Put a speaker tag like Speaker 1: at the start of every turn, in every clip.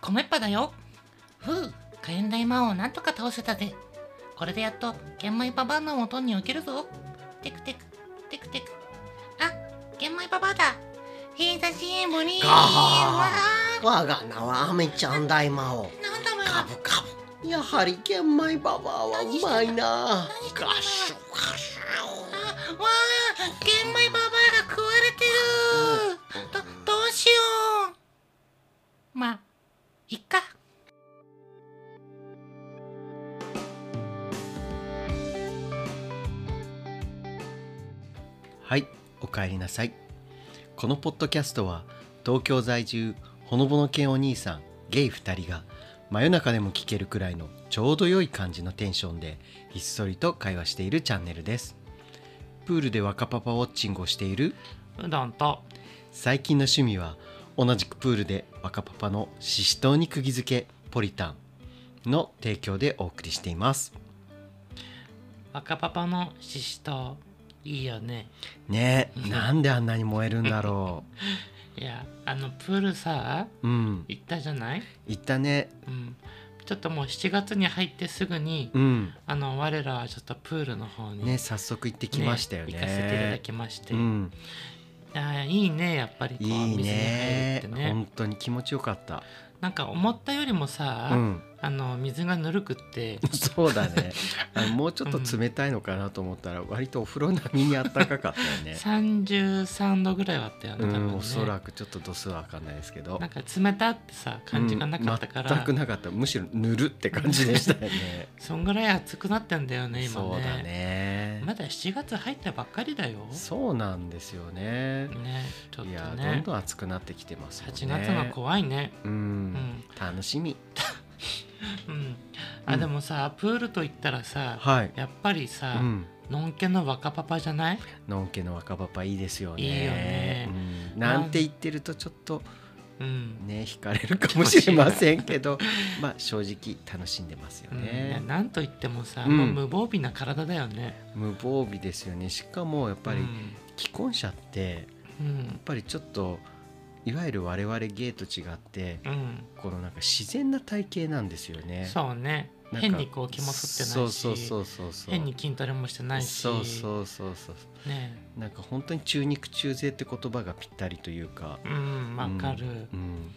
Speaker 1: 米っぱだよふう火炎大魔王をなんとか倒せたぜこれでやっと玄米パパの元に置けるぞテクテクテクテクあ玄米パパだ偏差支援部に
Speaker 2: ガー
Speaker 1: わ
Speaker 2: 我が名はアメちゃん大魔王
Speaker 1: ーなんだお前
Speaker 2: カ
Speaker 1: は
Speaker 2: ブカブやはり玄米ババアはうま
Speaker 1: 何し
Speaker 2: いな
Speaker 1: てんだ
Speaker 2: ガシュガシ
Speaker 1: あわあ玄米ババアが食われてるどどうしようまあいっか
Speaker 2: ュはいおかえりなさいこのポッドキャストは東京在住ほのぼの犬お兄さんゲイ2人が真夜中でも聞けるくらいのちょうど良い感じのテンションでひっそりと会話しているチャンネルですプールで若パパウォッチングをしている
Speaker 3: うどんと
Speaker 2: 最近の趣味は同じくプールで若パパのししとうに釘付けポリタンの提供でお送りしています
Speaker 3: 赤パパのししとういいよね
Speaker 2: ねえなんであんなに燃えるんだろ
Speaker 3: いやあのプールさ
Speaker 2: ううん
Speaker 3: 行ったじゃない、
Speaker 2: 言ったね
Speaker 3: うん、ちょっともう7月に入ってすぐに、
Speaker 2: うん
Speaker 3: あの我らはちょっとプールの方に
Speaker 2: ね早速行ってきましたよね
Speaker 3: 行かせていただきまして、
Speaker 2: うん、
Speaker 3: あいいねやっぱりこう
Speaker 2: いい
Speaker 3: 水に入
Speaker 2: ね
Speaker 3: るってね
Speaker 2: 本当に気持ちよかった
Speaker 3: なんか思ったよりもさ、
Speaker 2: うん
Speaker 3: あの水がぬるくって
Speaker 2: そうだねあのもうちょっと冷たいのかなと思ったら割とお風呂並みにあったかかったよ ね
Speaker 3: 33度ぐらいはあったよね
Speaker 2: う
Speaker 3: 多分ね
Speaker 2: んおそらくちょっと度数は分かんないですけど
Speaker 3: なんか冷たってさ感じがなかったから、
Speaker 2: うん全くなかったむしろぬるって感じでしたよね
Speaker 3: そんぐらい暑くなってんだよね 今ね
Speaker 2: そうだね、
Speaker 3: まだ7月入ったばっかりだよ
Speaker 2: そうなんですよね
Speaker 3: ねちょっと
Speaker 2: いやどん
Speaker 3: ね
Speaker 2: どん暑くなってきてますもんね
Speaker 3: 8月が怖いね
Speaker 2: うん、
Speaker 3: うん、
Speaker 2: 楽しみ
Speaker 3: うん、あ
Speaker 2: うん
Speaker 3: でもさプールといったらさ
Speaker 2: はい、
Speaker 3: やっぱり
Speaker 2: う
Speaker 3: さ、
Speaker 2: ん、
Speaker 3: のんけの若パパじゃない
Speaker 2: のんけの若パパいいですよね
Speaker 3: いいよね
Speaker 2: うん、なんて言ってるとちょっと
Speaker 3: うん、
Speaker 2: ね惹かれるかもしれませんけどまあ正直楽しんでますよ
Speaker 3: うんいや
Speaker 2: ね、
Speaker 3: なんといってもさ、
Speaker 2: うん
Speaker 3: もう無防備な体だよね
Speaker 2: 無防備ですよねしかもやっぱり既婚者って
Speaker 3: うん
Speaker 2: やっぱりちょっといわゆる我々ゲイと違って
Speaker 3: うん、うん
Speaker 2: このなんか自然な体型なんですよね。
Speaker 3: そうね
Speaker 2: なんか
Speaker 3: 変にこう気も吸って
Speaker 2: そ
Speaker 3: な
Speaker 2: う
Speaker 3: い
Speaker 2: そうそ
Speaker 3: し
Speaker 2: うそうそう。
Speaker 3: 変に筋トレもしてないし
Speaker 2: そうそうそうそう。
Speaker 3: ね
Speaker 2: なんか本当に中肉中背って言葉がぴったりというか。
Speaker 3: うんわかる、
Speaker 2: うん、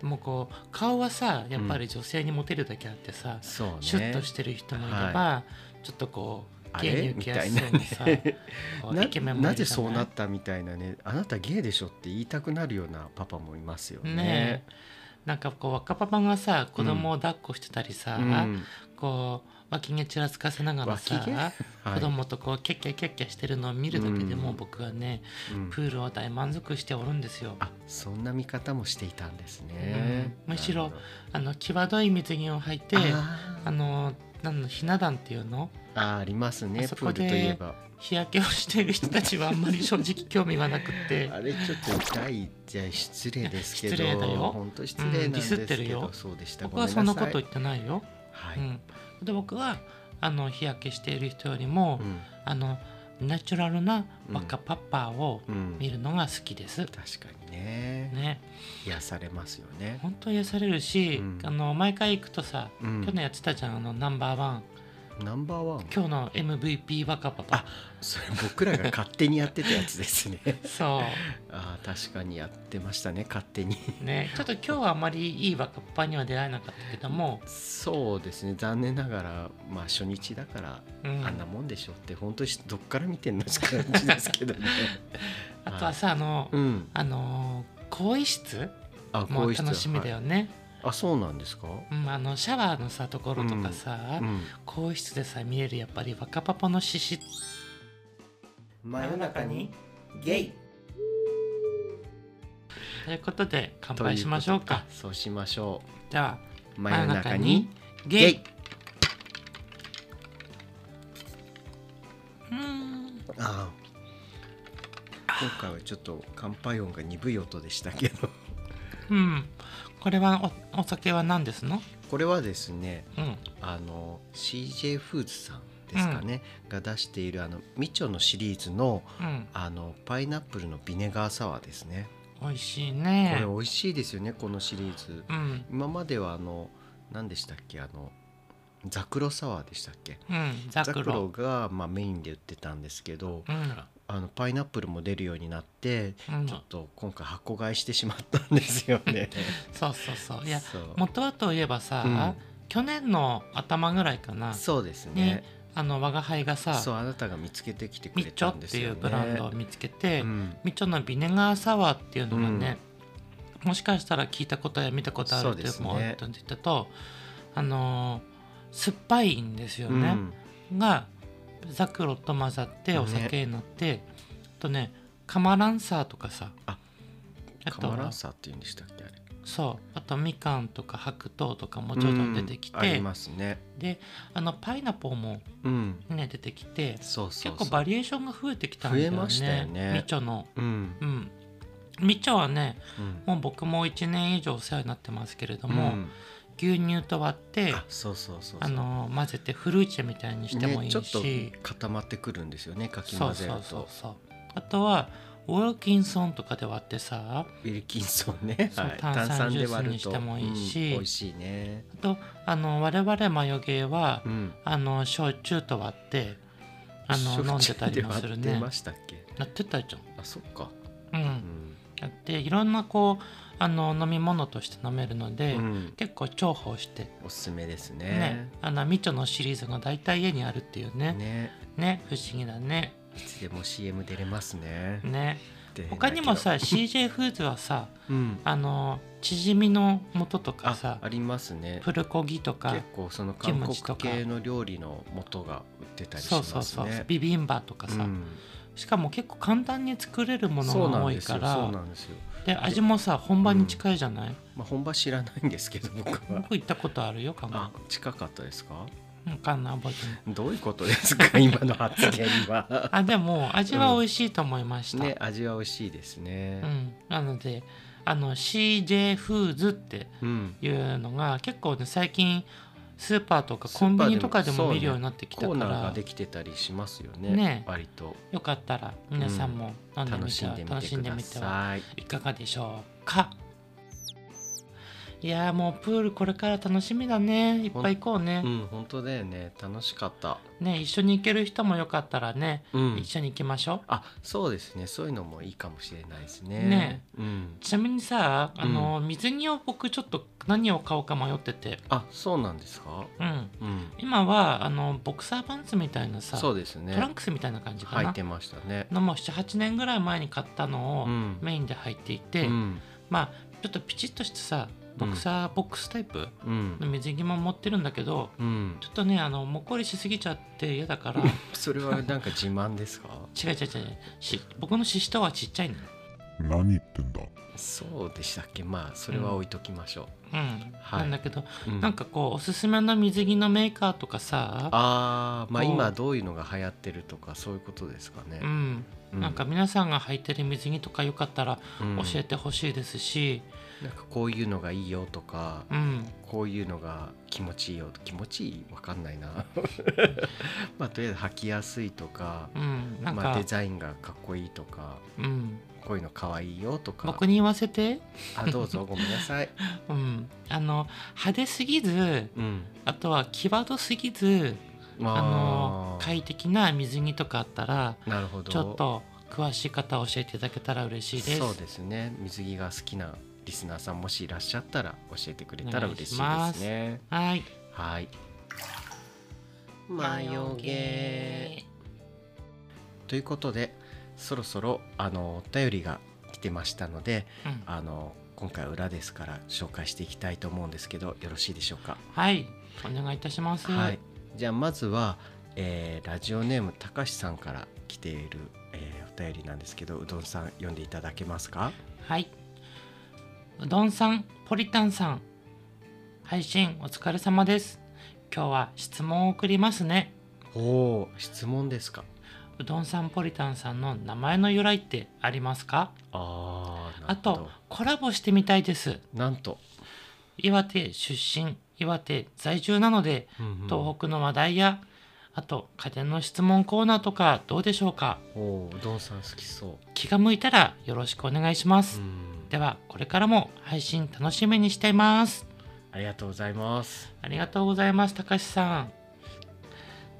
Speaker 3: でもこう顔はさやっぱり女性にモテるだけあってさ、
Speaker 2: そうね。
Speaker 3: シュッとしてる人もいれば、
Speaker 2: は
Speaker 3: ちょっとこう
Speaker 2: あ
Speaker 3: 芸に
Speaker 2: れ
Speaker 3: 受
Speaker 2: み
Speaker 3: けや
Speaker 2: た
Speaker 3: す
Speaker 2: い
Speaker 3: そ
Speaker 2: な
Speaker 3: うにさ、
Speaker 2: ね。
Speaker 3: こう
Speaker 2: な
Speaker 3: イケメンもい
Speaker 2: な
Speaker 3: るじ
Speaker 2: ぜ
Speaker 3: ゃ
Speaker 2: そうなったみたいなねあなたゲイでしょって言いたくなるようなパパもいますよね。
Speaker 3: ねえなんかこう若パパがさ子供を抱っこしてたりさ、
Speaker 2: うん、
Speaker 3: こう脇毛ちらつかせながら
Speaker 2: 脇毛は
Speaker 3: さ子供とこうキャッキャキャッキャしてるのを見るだけでも
Speaker 2: うん
Speaker 3: 僕はね、
Speaker 2: うん
Speaker 3: プールを大満足しておるんですよ。
Speaker 2: あそんな見方もしていたんですね。
Speaker 3: うんむしろ
Speaker 2: なるほど
Speaker 3: あの際どい水着を履いてあ
Speaker 2: あー
Speaker 3: のなんのひな壇っていうの
Speaker 2: あーありますね
Speaker 3: あそ
Speaker 2: プー
Speaker 3: こ
Speaker 2: ル
Speaker 3: で
Speaker 2: といえば
Speaker 3: 日焼けをしてる人たちはあんまり正直興味がなくって
Speaker 2: あれちょっと痛いじゃ失礼ですけど
Speaker 3: 失礼だよ
Speaker 2: 本当失礼なんです
Speaker 3: うんディスって
Speaker 2: け
Speaker 3: る
Speaker 2: ど、
Speaker 3: よ
Speaker 2: そうでした
Speaker 3: 僕はそんなこと
Speaker 2: ごめ
Speaker 3: 言ってないよ。
Speaker 2: はい、
Speaker 3: うん、で僕はあの日焼けしている人よりも、あのナチュラルな若パッパーを
Speaker 2: うん、うん
Speaker 3: 見るのが好きです。
Speaker 2: 確かにね
Speaker 3: ね、
Speaker 2: 癒されますよね、
Speaker 3: 本当癒されるし、
Speaker 2: うん
Speaker 3: あの毎回行くとさ、
Speaker 2: うん
Speaker 3: 去年やってたじゃんあのナンバーワン
Speaker 2: ナンバーワン
Speaker 3: 今日の MVP 若パパ
Speaker 2: あそれ僕らが勝手にやってたやつですね
Speaker 3: そ
Speaker 2: あー確かにやってましたね勝手に
Speaker 3: うねちょっと今日はあまりいい若パパには出会えなかったけども、
Speaker 2: そうですね残念ながらまあ初日だから
Speaker 3: うん
Speaker 2: あんなもんでしょって本当にどっから見てんのって感じですけ どね
Speaker 3: あとはさあの、
Speaker 2: うん
Speaker 3: あの更衣室
Speaker 2: あ
Speaker 3: も
Speaker 2: 更衣室
Speaker 3: 楽しみだよね、
Speaker 2: あそうなんですか、
Speaker 3: うん、あのシャワーのさところとかさ、
Speaker 2: うん、
Speaker 3: 更衣室でさ見えるやっぱり若パパの獅子
Speaker 2: 真
Speaker 3: 夜中に
Speaker 2: ゲイ
Speaker 3: ということで乾杯しましょうか
Speaker 2: そうしましょ
Speaker 3: では
Speaker 2: う真夜中に
Speaker 3: ゲイ
Speaker 2: ゲイ
Speaker 3: うーん
Speaker 2: ああ今回はちょっと乾杯音が鈍い音でしたけど
Speaker 3: うんこれはおお酒は何ですの
Speaker 2: これはですね
Speaker 3: うん
Speaker 2: あの CJ フーズさんですかね、が出しているあのみちょのシリーズの
Speaker 3: うん
Speaker 2: あのパイナップルのビネガーサワーですね
Speaker 3: 美味しい
Speaker 2: これ
Speaker 3: ね
Speaker 2: 美味しいですよねこのシリーズ
Speaker 3: うん
Speaker 2: 今まではあの何でしたっけあのザクロサワーでしたっけ
Speaker 3: うんザ
Speaker 2: ザ
Speaker 3: ク
Speaker 2: ク
Speaker 3: ロ
Speaker 2: ロが、まあ、メインで売ってたんですけど
Speaker 3: うん
Speaker 2: あのパイナップルも出るようになって
Speaker 3: うん
Speaker 2: ちょっと今回箱買いしてしまったんですよね。
Speaker 3: そうそう そういや
Speaker 2: そう
Speaker 3: 元はといえばさ、
Speaker 2: うん
Speaker 3: 去年の頭ぐらいかな
Speaker 2: そうです
Speaker 3: ね
Speaker 2: ね。
Speaker 3: あの我が輩がさ
Speaker 2: そうあなたが見つけてきてく
Speaker 3: ミ
Speaker 2: れ
Speaker 3: ッチョ
Speaker 2: た
Speaker 3: っ
Speaker 2: んで
Speaker 3: て
Speaker 2: す
Speaker 3: い
Speaker 2: よ
Speaker 3: う
Speaker 2: ね。
Speaker 3: ブランドを見つけて、
Speaker 2: うん
Speaker 3: ミッチョのビネガーサワーっていうのがね、もしかしたら聞いたことや見たことある
Speaker 2: そう
Speaker 3: って
Speaker 2: ですね
Speaker 3: 思ったんだけど、あのー酸っぱいんですよ
Speaker 2: う
Speaker 3: ね、
Speaker 2: ん
Speaker 3: がザクロと混ざってお酒になって、あとねカマランサーとかさ
Speaker 2: あ
Speaker 3: あ
Speaker 2: カ
Speaker 3: と
Speaker 2: マラ
Speaker 3: は
Speaker 2: ンサーって言うんでしたっけあれ。
Speaker 3: そうあとみかんとか白桃とかもちょいちょい出てき
Speaker 2: うんあ
Speaker 3: て、
Speaker 2: りますね。
Speaker 3: であのパイナポーも
Speaker 2: うん。
Speaker 3: ね出てきて
Speaker 2: そうそうそう。
Speaker 3: 結構バリエーションが増えてきたんだよね
Speaker 2: 増えましたよね
Speaker 3: みちょの
Speaker 2: うん
Speaker 3: うんみちょはね
Speaker 2: うん。
Speaker 3: もう僕も1年以上お世話になってますけれど
Speaker 2: う
Speaker 3: も、
Speaker 2: ん
Speaker 3: 牛乳と割って
Speaker 2: あそうそうそうそう。
Speaker 3: あの混ぜてフルーチェみたいにしてもい
Speaker 2: ね
Speaker 3: い
Speaker 2: ちょっと
Speaker 3: し、
Speaker 2: 固まってくるんですよね。かき
Speaker 3: そ
Speaker 2: 混
Speaker 3: う
Speaker 2: ぜ
Speaker 3: そ
Speaker 2: る
Speaker 3: うそう
Speaker 2: と
Speaker 3: そうあとはウォルキンソンとかで割ってさ
Speaker 2: ウィルキンソン ね。
Speaker 3: そう
Speaker 2: はい。
Speaker 3: 炭酸
Speaker 2: で割ると
Speaker 3: ジュースにしてもいいし
Speaker 2: うん美味しいね。
Speaker 3: あとあの我々マヨゲーは、
Speaker 2: うん。
Speaker 3: あの焼酎と割ってあの飲んでたりもする
Speaker 2: 出
Speaker 3: ね
Speaker 2: ましたっけ？
Speaker 3: やってたじ
Speaker 2: あそっか。
Speaker 3: ゃん、う、
Speaker 2: うんん。
Speaker 3: やっていろんなこうあの飲み物として飲めるので、
Speaker 2: うん
Speaker 3: 結構重宝してね、
Speaker 2: おすすめですね。
Speaker 3: あのみちょのシリーズが大体家にあるっていうね
Speaker 2: ね。
Speaker 3: ね不思議だね
Speaker 2: いつでも CM 出れますね。
Speaker 3: ね
Speaker 2: 出れないけど
Speaker 3: 他にもさ CJ フーズはさ
Speaker 2: うん。
Speaker 3: あのチヂミの素とか
Speaker 2: あ
Speaker 3: さ
Speaker 2: ありますね。
Speaker 3: プルコギとか
Speaker 2: 結構その
Speaker 3: キ
Speaker 2: 韓
Speaker 3: ム
Speaker 2: 国
Speaker 3: チとか
Speaker 2: 系の料理の素が売ってたりし
Speaker 3: そう
Speaker 2: ま
Speaker 3: そう
Speaker 2: す
Speaker 3: そう
Speaker 2: ね。
Speaker 3: ビビンバとかさ、
Speaker 2: うん
Speaker 3: しかも結構簡単に作れるも
Speaker 2: そう
Speaker 3: の
Speaker 2: な
Speaker 3: が多
Speaker 2: ん
Speaker 3: い
Speaker 2: ですよ
Speaker 3: か
Speaker 2: そう
Speaker 3: ら
Speaker 2: なんですよ。
Speaker 3: で味もさ本場に近いじゃない、
Speaker 2: まあ本場知らないんですけど僕は。
Speaker 3: 僕行ったことあるよ韓
Speaker 2: あ
Speaker 3: 国
Speaker 2: 近かったですか？
Speaker 3: わかんない覚えてない
Speaker 2: どういうことですか今の発言 は。
Speaker 3: あで も味は美味しいと思いました、
Speaker 2: ね味は美味しいですね
Speaker 3: う。ん、なのであの CJ フーズって
Speaker 2: うん。
Speaker 3: いうのが結構ね最近スーパーとかコンビニとかで
Speaker 2: スーパーでも
Speaker 3: も見るようになってき
Speaker 2: コ
Speaker 3: た
Speaker 2: ー
Speaker 3: か
Speaker 2: ナーが
Speaker 3: ら、
Speaker 2: できてたりしますよね。
Speaker 3: ね
Speaker 2: 割と
Speaker 3: よかったら皆さんも飲んで
Speaker 2: 楽
Speaker 3: み
Speaker 2: してん
Speaker 3: は、
Speaker 2: でみ
Speaker 3: 楽
Speaker 2: て
Speaker 3: し
Speaker 2: く
Speaker 3: んで
Speaker 2: だ
Speaker 3: みては
Speaker 2: さい。
Speaker 3: いかがでしょうかいやーもうプールこれから楽しみだねいっぱい行こうね
Speaker 2: う、ん、本当だよね。楽しかった。
Speaker 3: ね一緒に行ける人もよかったらね、
Speaker 2: うん
Speaker 3: 一緒に行きましょ
Speaker 2: あ、そうですね。そういうのもいいかもしれないですね。
Speaker 3: ね
Speaker 2: うん
Speaker 3: う。ちなみにさあの、水着を僕ちょっと何を買おうか迷ってて
Speaker 2: あ、そうなんですか。
Speaker 3: うん
Speaker 2: うん。
Speaker 3: 今はあのボクサーパンツみたいなさ、
Speaker 2: そうですね
Speaker 3: トラ。ンクスみたいな感じか
Speaker 2: 入
Speaker 3: な
Speaker 2: ってましたね。
Speaker 3: のも78年ぐらい前に買ったのを
Speaker 2: うん
Speaker 3: メインで入っていうて、
Speaker 2: ん。
Speaker 3: まあちょっとピチッとしてさボクサーボックスタイプ
Speaker 2: うん
Speaker 3: の。水着も持ってるんだけど
Speaker 2: うん
Speaker 3: ちょ。っとねあのもっこりしすぎちゃって嫌だから違
Speaker 2: それはなんか自慢ですか。
Speaker 3: う違う違うし僕のシシトはちっちゃいの、
Speaker 4: 何言ってんだ
Speaker 2: そうでしたっけ。まあ、それは置いときましょ
Speaker 3: うん
Speaker 2: はい
Speaker 3: なんだけど、
Speaker 2: う。う
Speaker 3: なん。かこうおすすめの水着のメーカーとかさ
Speaker 2: ああ、まあ、
Speaker 3: こう
Speaker 2: 今どういうのが流行ってるとか、そういうことですかね
Speaker 3: う。ん、
Speaker 2: う
Speaker 3: なんか皆さんが履いてる水着とかよかったら
Speaker 2: うん
Speaker 3: 教えてほしいですし、
Speaker 2: なんかこういうのがいいよとか、
Speaker 3: うん、
Speaker 2: こういうのが気持ちいいよ気持ちいいわかんないな まあとりあえず履きやすいとか
Speaker 3: うん、なんか、
Speaker 2: まあ、デザインがかっこいいとか
Speaker 3: うん、
Speaker 2: こういうのかわいいよとか
Speaker 3: 僕に言わせて、
Speaker 2: あどうぞごめんなさい、
Speaker 3: うん、あの派手すぎず
Speaker 2: うん、
Speaker 3: あとは際どすぎず
Speaker 2: ま
Speaker 3: あの
Speaker 2: ー
Speaker 3: 快適な水着とかあったら
Speaker 2: なるほど
Speaker 3: ちょっと詳しい方教えていただけたら嬉しいです。
Speaker 2: そうですね水着が好きなリスナーさんもしいらっしゃったら教えてくれたら
Speaker 3: お願い
Speaker 2: 嬉し
Speaker 3: し
Speaker 2: い
Speaker 3: ま
Speaker 2: ですすね
Speaker 3: はい、
Speaker 2: はいということでそろそろあのお便りが来てましたので
Speaker 3: うん
Speaker 2: あの今回は裏ですから紹介していきたいと思うんですけどよろしいでしょうか、
Speaker 3: はい、お願いいたします。
Speaker 2: はい、じゃあまずは、えーラジオネームたかしさんから来ている、えーお便りなんですけどうどんさん読んでいただけますか
Speaker 3: はいうどんさん、ポリタンさん、配信お疲れ様です。今日は質問を送りますね。
Speaker 2: おお質問ですか
Speaker 3: うどんさん、ポリタンさんの名前の由来ってありますか
Speaker 2: あー
Speaker 3: あ
Speaker 2: なるほど
Speaker 3: とコラボしてみたいです
Speaker 2: なんと、
Speaker 3: 岩手出身岩手在住なので
Speaker 2: 東
Speaker 3: 東北の話題や、あと家電の質問コーナーとかどうでしょうか
Speaker 2: 北おおうどんさん好きそう
Speaker 3: 気が向いたらよろしくお願いします、
Speaker 2: ん
Speaker 3: ではこれからも配信楽しみにしています
Speaker 2: ありがとうございます
Speaker 3: ありがとうございますたかしさん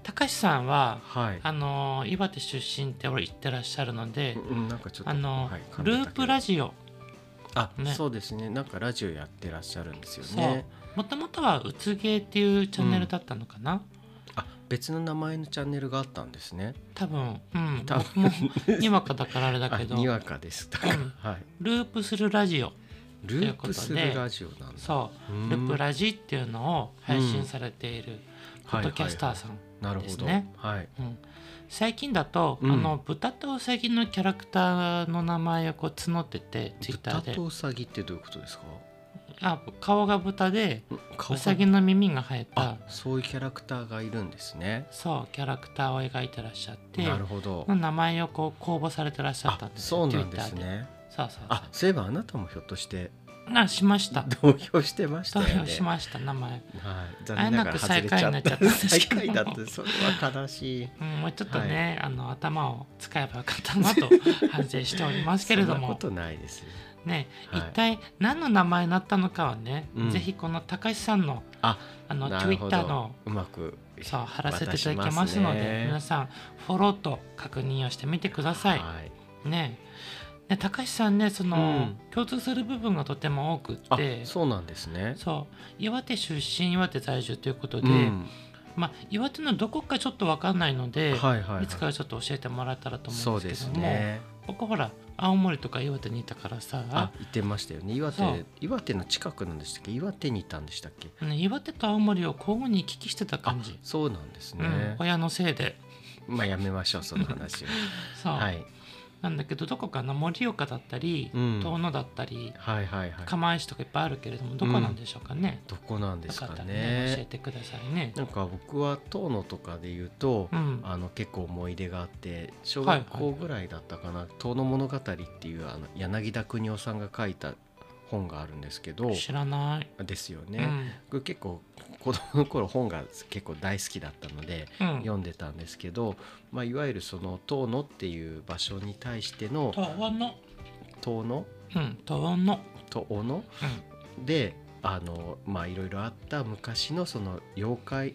Speaker 3: たかしさんは
Speaker 2: はい
Speaker 3: あのー岩手出身って俺言ってらっしゃるので
Speaker 2: うんなんかちょっと
Speaker 3: あのー
Speaker 2: はい
Speaker 3: ループラジオ
Speaker 2: あ、
Speaker 3: ね
Speaker 2: そうですねなんかラジオやってらっしゃるんですよ
Speaker 3: そう、
Speaker 2: ね
Speaker 3: もともとはうつげーっていうチャンネルだったのかな、
Speaker 2: あ別の名前のチャンネルがあったんですね
Speaker 3: 多分うん
Speaker 2: 多
Speaker 3: 僕も にわかだからあれだけど
Speaker 2: あにわかですだから、
Speaker 3: うん
Speaker 2: はい
Speaker 3: ループするラジオ
Speaker 2: ループするラジオなんだ
Speaker 3: そう、
Speaker 2: うーん
Speaker 3: ループラジっていうのを配信されているポッドキャスターさん、
Speaker 2: なる
Speaker 3: で
Speaker 2: ほ
Speaker 3: す
Speaker 2: ど、
Speaker 3: ね
Speaker 2: はい
Speaker 3: うん最近だと、
Speaker 2: うん
Speaker 3: あの豚とウサギのキャラクターの名前をこう募っててツイッタ
Speaker 2: 豚
Speaker 3: ーで
Speaker 2: とウサギってどういうことですか
Speaker 3: あ顔が豚で
Speaker 2: うん顔
Speaker 3: ウ
Speaker 2: が
Speaker 3: サギの耳が生え
Speaker 2: あ
Speaker 3: た
Speaker 2: そういうキャラクターがいるんですね
Speaker 3: そうキャラクターを描いてらっしゃって
Speaker 2: なるほど
Speaker 3: の名前をこう公募されてらっしゃった
Speaker 2: あ
Speaker 3: んです
Speaker 2: そう
Speaker 3: よ
Speaker 2: なんです
Speaker 3: ツイッターで
Speaker 2: ね
Speaker 3: そうそうそう
Speaker 2: あそういえばあなたもひょっとして
Speaker 3: あしました
Speaker 2: 投票してました
Speaker 3: 投
Speaker 2: よね
Speaker 3: 票しました名前
Speaker 2: はい、残念ながら外れち
Speaker 3: あ
Speaker 2: ゃ
Speaker 3: やな
Speaker 2: っ
Speaker 3: く最下位に
Speaker 2: た
Speaker 3: なっちゃった
Speaker 2: 最下位だってそれは悲しい
Speaker 3: うん、もうちょっとね、あの頭を使えばよかったな と反省しておりますけれど
Speaker 2: そんなこ
Speaker 3: も
Speaker 2: とないですよ
Speaker 3: ね、
Speaker 2: はい
Speaker 3: 一体何の名前になったのかはね、
Speaker 2: うん
Speaker 3: ぜひこの高橋さんの
Speaker 2: あ
Speaker 3: あの
Speaker 2: なるほど
Speaker 3: Twitter の
Speaker 2: うまく
Speaker 3: そう貼らせていただきますので皆さんフォローと確認をしてみてくだ
Speaker 2: ん
Speaker 3: さい。
Speaker 2: はい、
Speaker 3: ねね高橋さんねその、
Speaker 2: う
Speaker 3: 共通する部分がとても多くっ
Speaker 2: あ
Speaker 3: て
Speaker 2: そうなんですね
Speaker 3: そう岩手出身岩手在住ということで、
Speaker 2: うん
Speaker 3: まあ、岩手のどこかちょっと分かんないので、
Speaker 2: はいはいはい
Speaker 3: つかちょっと教えてもらえたらと思
Speaker 2: そううん
Speaker 3: で
Speaker 2: ですす
Speaker 3: けども、
Speaker 2: ね
Speaker 3: 僕ほら青森とか岩手にいたからさ
Speaker 2: あ言ってましたよね岩
Speaker 3: そ
Speaker 2: 手
Speaker 3: う
Speaker 2: 岩手の近くなんでしたっけ岩手にいたんでしたっけ
Speaker 3: ね岩手と青森を交互に行き来してた
Speaker 2: あ
Speaker 3: 感じ、
Speaker 2: そうなんです
Speaker 3: うん
Speaker 2: ね、
Speaker 3: 親のせいで
Speaker 2: まあやめましょうその話を
Speaker 3: そう、
Speaker 2: はい
Speaker 3: なんだけどどこかな盛岡だったり
Speaker 2: うん
Speaker 3: 遠野だったり
Speaker 2: はいはいはい
Speaker 3: 釜石とかいっぱいあるけれどもどこなんでしょうかね、
Speaker 2: どこなんで
Speaker 3: よ
Speaker 2: す
Speaker 3: か
Speaker 2: か
Speaker 3: ったらね教え
Speaker 2: ね
Speaker 3: てくださいね
Speaker 2: なんか僕は遠野とかで言うと、
Speaker 3: うん
Speaker 2: あの結構思い出があって小
Speaker 3: はい
Speaker 2: 学校ぐらいだったかな「遠野物語」っていうあの柳田邦夫さんが書いた本があるんですけど
Speaker 3: 知らない、
Speaker 2: ですよね、僕結構子供の頃本が結構大好きだったので
Speaker 3: うん、うん、
Speaker 2: 読んでたんですけど、まあ、いわゆるその遠野っていう場所に対しての
Speaker 3: 遠野
Speaker 2: 遠野
Speaker 3: うん遠野
Speaker 2: とおのであのまあいろいろあった昔のその妖怪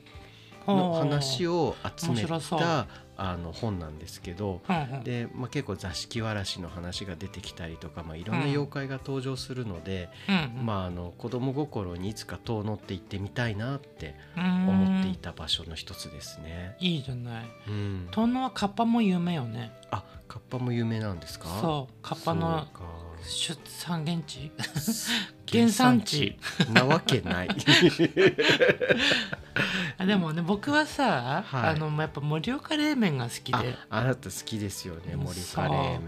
Speaker 3: うん
Speaker 2: の話
Speaker 3: を、
Speaker 2: を集め
Speaker 3: 面白そう
Speaker 2: たあの本なんですけど
Speaker 3: うんうん
Speaker 2: で、まあ、結構座敷わらしの話が出てきたりとか、まあ、いろんな
Speaker 3: うん
Speaker 2: 妖怪が登場するので、
Speaker 3: うんうん
Speaker 2: まあ、あの子供心にいつか遠野って行ってみたいなって
Speaker 3: 思
Speaker 2: 思っていた場所の一つですね。
Speaker 3: いいじゃない
Speaker 2: うん、
Speaker 3: 遠野はカッパも有名よね
Speaker 2: あカッパも有名なんですか
Speaker 3: そうカッパの
Speaker 2: そうか
Speaker 3: 出産現地 原産地
Speaker 2: 原産地なわけ ない
Speaker 3: あでもね僕はさ、
Speaker 2: はい
Speaker 3: あのやっぱ盛岡冷麺が好きで
Speaker 2: あ
Speaker 3: あ
Speaker 2: あなた好きですよね
Speaker 3: うん
Speaker 2: 森カレー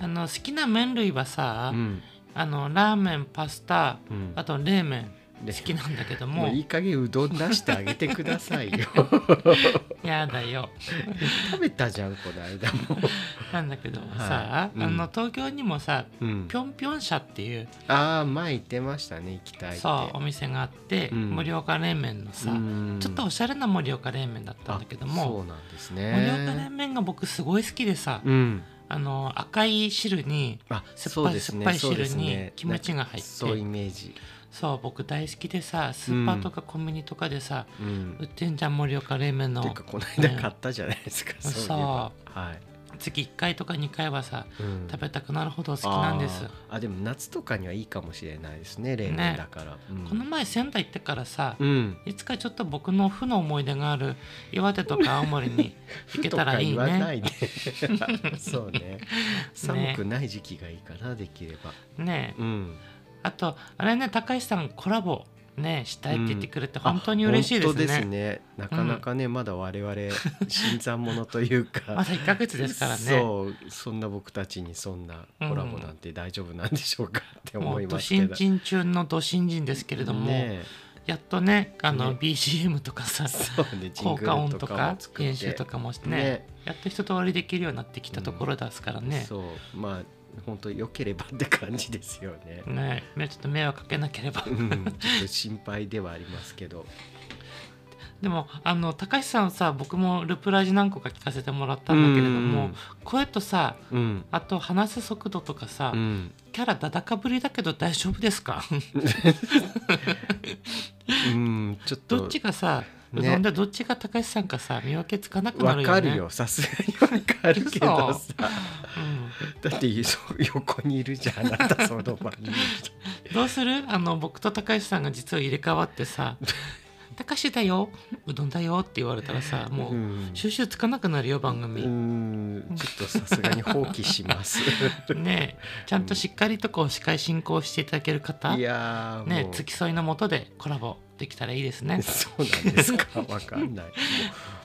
Speaker 2: 麺
Speaker 3: の好きな麺類はさ、
Speaker 2: うん
Speaker 3: あのラーメンパスタ
Speaker 2: うん
Speaker 3: あと冷麺
Speaker 2: で
Speaker 3: 好きなんだけど
Speaker 2: も
Speaker 3: も
Speaker 2: ういい加減うどん出してあげてくださ いよ
Speaker 3: やだよ
Speaker 2: 食べたじゃんこの間も、
Speaker 3: なんだけどもさ、
Speaker 2: はいうん
Speaker 3: あの東京にもさ
Speaker 2: うん
Speaker 3: ぴょんぴょん社っていう
Speaker 2: ああ前言ってましたね行きたいって
Speaker 3: そうお店があって、
Speaker 2: うん
Speaker 3: 盛岡冷麺のさ、
Speaker 2: うん
Speaker 3: ちょっとおしゃれな盛岡冷麺だったんだけども
Speaker 2: あそうなんですね
Speaker 3: 盛岡冷麺が僕すごい好きでさ、
Speaker 2: うん
Speaker 3: あの赤い汁に
Speaker 2: あ
Speaker 3: 酸っぱい
Speaker 2: そうです
Speaker 3: 酸っ
Speaker 2: ね
Speaker 3: ぱい
Speaker 2: そうで
Speaker 3: 汁
Speaker 2: す
Speaker 3: に
Speaker 2: ね
Speaker 3: キムチが入って
Speaker 2: そういうイメージ、
Speaker 3: そう僕大好きでさスーパーとかコンビニとかでさ、
Speaker 2: うん
Speaker 3: 売ってんじゃん盛岡冷麺
Speaker 2: て
Speaker 3: の
Speaker 2: かこの間買ったじゃないですか、そういえばはい、
Speaker 3: 月1回とか2回はさ
Speaker 2: うん
Speaker 3: 食べたくなるほど好きなんです
Speaker 2: あーあでも夏とかにはいいかもしれないですね冷麺だから、うん
Speaker 3: この前仙台行ってからさ、
Speaker 2: うん
Speaker 3: いつかちょっと僕の負の思い出がある岩手とか青森 に行けたらいい
Speaker 2: ふとか言わな
Speaker 3: ね
Speaker 2: いで そうね寒くない時期がいいかなできれば、
Speaker 3: ねえ
Speaker 2: うん
Speaker 3: あとあれね高橋さんコラボねしたいって言ってくれて本当に嬉しいです
Speaker 2: 本当
Speaker 3: ね,、
Speaker 2: ですねなかなかね、まだ我々新参者という
Speaker 3: ま
Speaker 2: か
Speaker 3: だ1ヶ月ですからね
Speaker 2: そうそんな僕たちにそんなコラボなんて大丈夫なんでしょうかって
Speaker 3: も
Speaker 2: 思
Speaker 3: う
Speaker 2: い
Speaker 3: ど
Speaker 2: ますけど、
Speaker 3: 新人中のど新人ですけれども、
Speaker 2: ね
Speaker 3: やっとねあの
Speaker 2: ね
Speaker 3: BGM とかさ、
Speaker 2: えそうねジン
Speaker 3: 効
Speaker 2: グル
Speaker 3: 果音と
Speaker 2: とか
Speaker 3: か
Speaker 2: も作って
Speaker 3: 編集とかもしてね
Speaker 2: ね
Speaker 3: やっと一通りできるようになってきたところですからね,、
Speaker 2: そうまあ本当良ければって感じですよね、
Speaker 3: ねめちょっと迷惑かけなければ
Speaker 2: うん、ちょっと心配ではありますけど
Speaker 3: でもあの高橋さんさ僕も「ルプラジ」何個か聞かせてもらったんだけれども、声とさ
Speaker 2: うん
Speaker 3: あと話す速度とかさ、
Speaker 2: うん
Speaker 3: キャラだだかぶりだけど大丈夫ですか
Speaker 2: うんちょっと
Speaker 3: どっちがさ、う
Speaker 2: ね
Speaker 3: どんでどっちが高橋さんかさ見分けつかなくな
Speaker 2: わ
Speaker 3: るよね
Speaker 2: かるよさすがにわかるけどさだってそう横にいるじゃんあなたその場に
Speaker 3: うん、どうするあの僕と高橋さんが実は入れ替わって さ「高橋だようどんだよ」って言われたらさもう、
Speaker 2: ん
Speaker 3: 収集つかなくなるよ番組、
Speaker 2: うんちょっとさすがに放棄 します
Speaker 3: ねえちゃんとしっかりとこう司会進行していただける方
Speaker 2: いやー
Speaker 3: ね
Speaker 2: もう
Speaker 3: 付き添いのもとでコラボできたらいいですね
Speaker 2: そうなんですかわかんないも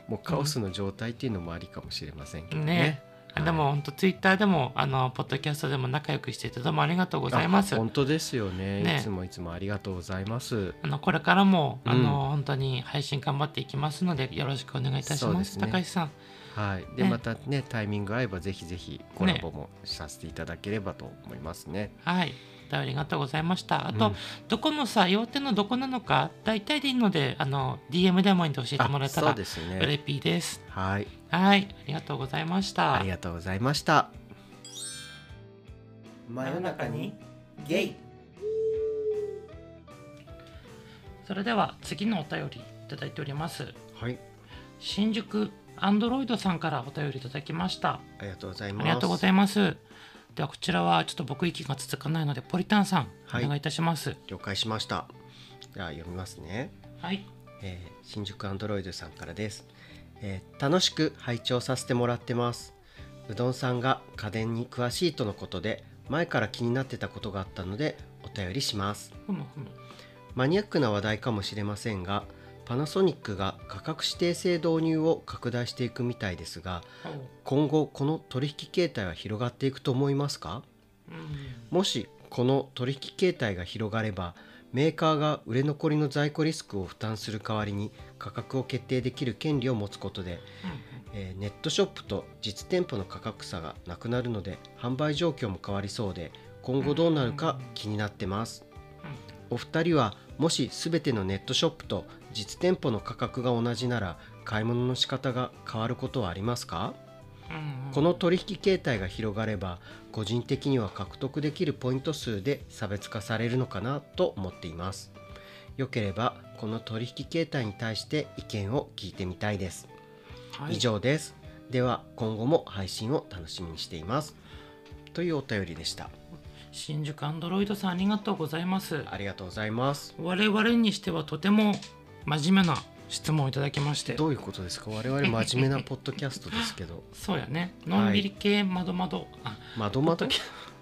Speaker 2: うもうカオスの状態っていうのもありかもしれませんけどね
Speaker 3: ねあでも本当ツイッターでもあのポッドキャストでも仲良くしていてどうもありがとうございます
Speaker 2: あ本当ですよね
Speaker 3: ね
Speaker 2: いつもいつもありがとうございます
Speaker 3: あのこれからも、
Speaker 2: うん
Speaker 3: あの本当に配信頑張っていきますのでよろしくお願いいたし
Speaker 2: そう
Speaker 3: ま
Speaker 2: ですすね
Speaker 3: 高橋さん
Speaker 2: はいで、
Speaker 3: ね
Speaker 2: またねタイミング合えばぜひぜひコラボもさせていただければと思いますね
Speaker 3: はいお便りありがとうございましたあと、
Speaker 2: うん
Speaker 3: どこのさ要点のどこなのか大体でいいのであの DM でもいいんで教えてもらえた
Speaker 2: あそ
Speaker 3: ら
Speaker 2: うです
Speaker 3: うれ
Speaker 2: ね
Speaker 3: ぴーです
Speaker 2: はい
Speaker 3: はいありがとうございました
Speaker 2: ありがとうございました真夜中にゲイ
Speaker 3: それでは次のお便りいただいております
Speaker 2: はい
Speaker 3: 新宿アンドロイドさんからお便りいただきました
Speaker 2: ありがとうござい
Speaker 3: あ
Speaker 2: ます
Speaker 3: りがとうございますではこちらはちょっと僕息が続かないのでポリタンさん、
Speaker 2: はい
Speaker 3: お願いいたします
Speaker 2: 了解しましたじゃあ読みますね
Speaker 3: はい
Speaker 2: えー新宿アンドロイドさんからです、えー楽しく拝聴させてもらってますうどんさんが家電に詳しいとのことで前から気になってたことがあったのでお便りします
Speaker 3: ふむふむ
Speaker 2: マニアックな話題かもしれませんがパナソニックが価格指定制導入を拡大していくみたいですが
Speaker 3: おう
Speaker 2: 今後この取引形態は広がっていくと思いますか
Speaker 3: うん
Speaker 2: もしこの取引形態が広がればメーカーが売れ残りの在庫リスクを負担する代わりに価格を決定できる権利を持つことで、えーネットショップと実店舗の価格差がなくなるので販売状況も変わりそうで今後どうなるか気になってますお二人はもし全てのネットショップと実店舗の価格が同じなら買い物の仕方が変わることはありますか
Speaker 3: うんうん
Speaker 2: この取引形態が広がれば個人的には獲得できるポイント数で差別化されるのかなと思っていますよければこの取引形態に対して意見を聞いてみたいです、
Speaker 3: はい
Speaker 2: 以上ですでは今後も配信を楽しみにしていますというお便りでした
Speaker 3: 新宿アンドロイドさんありがとうございます
Speaker 2: ありがとうございます
Speaker 3: 我々にしてはとても真面目な質問をいただきまして
Speaker 2: どういうことですか我々真面目なポッドキャストですけど
Speaker 3: そうやねのんびり系まどまどあ
Speaker 2: 窓窓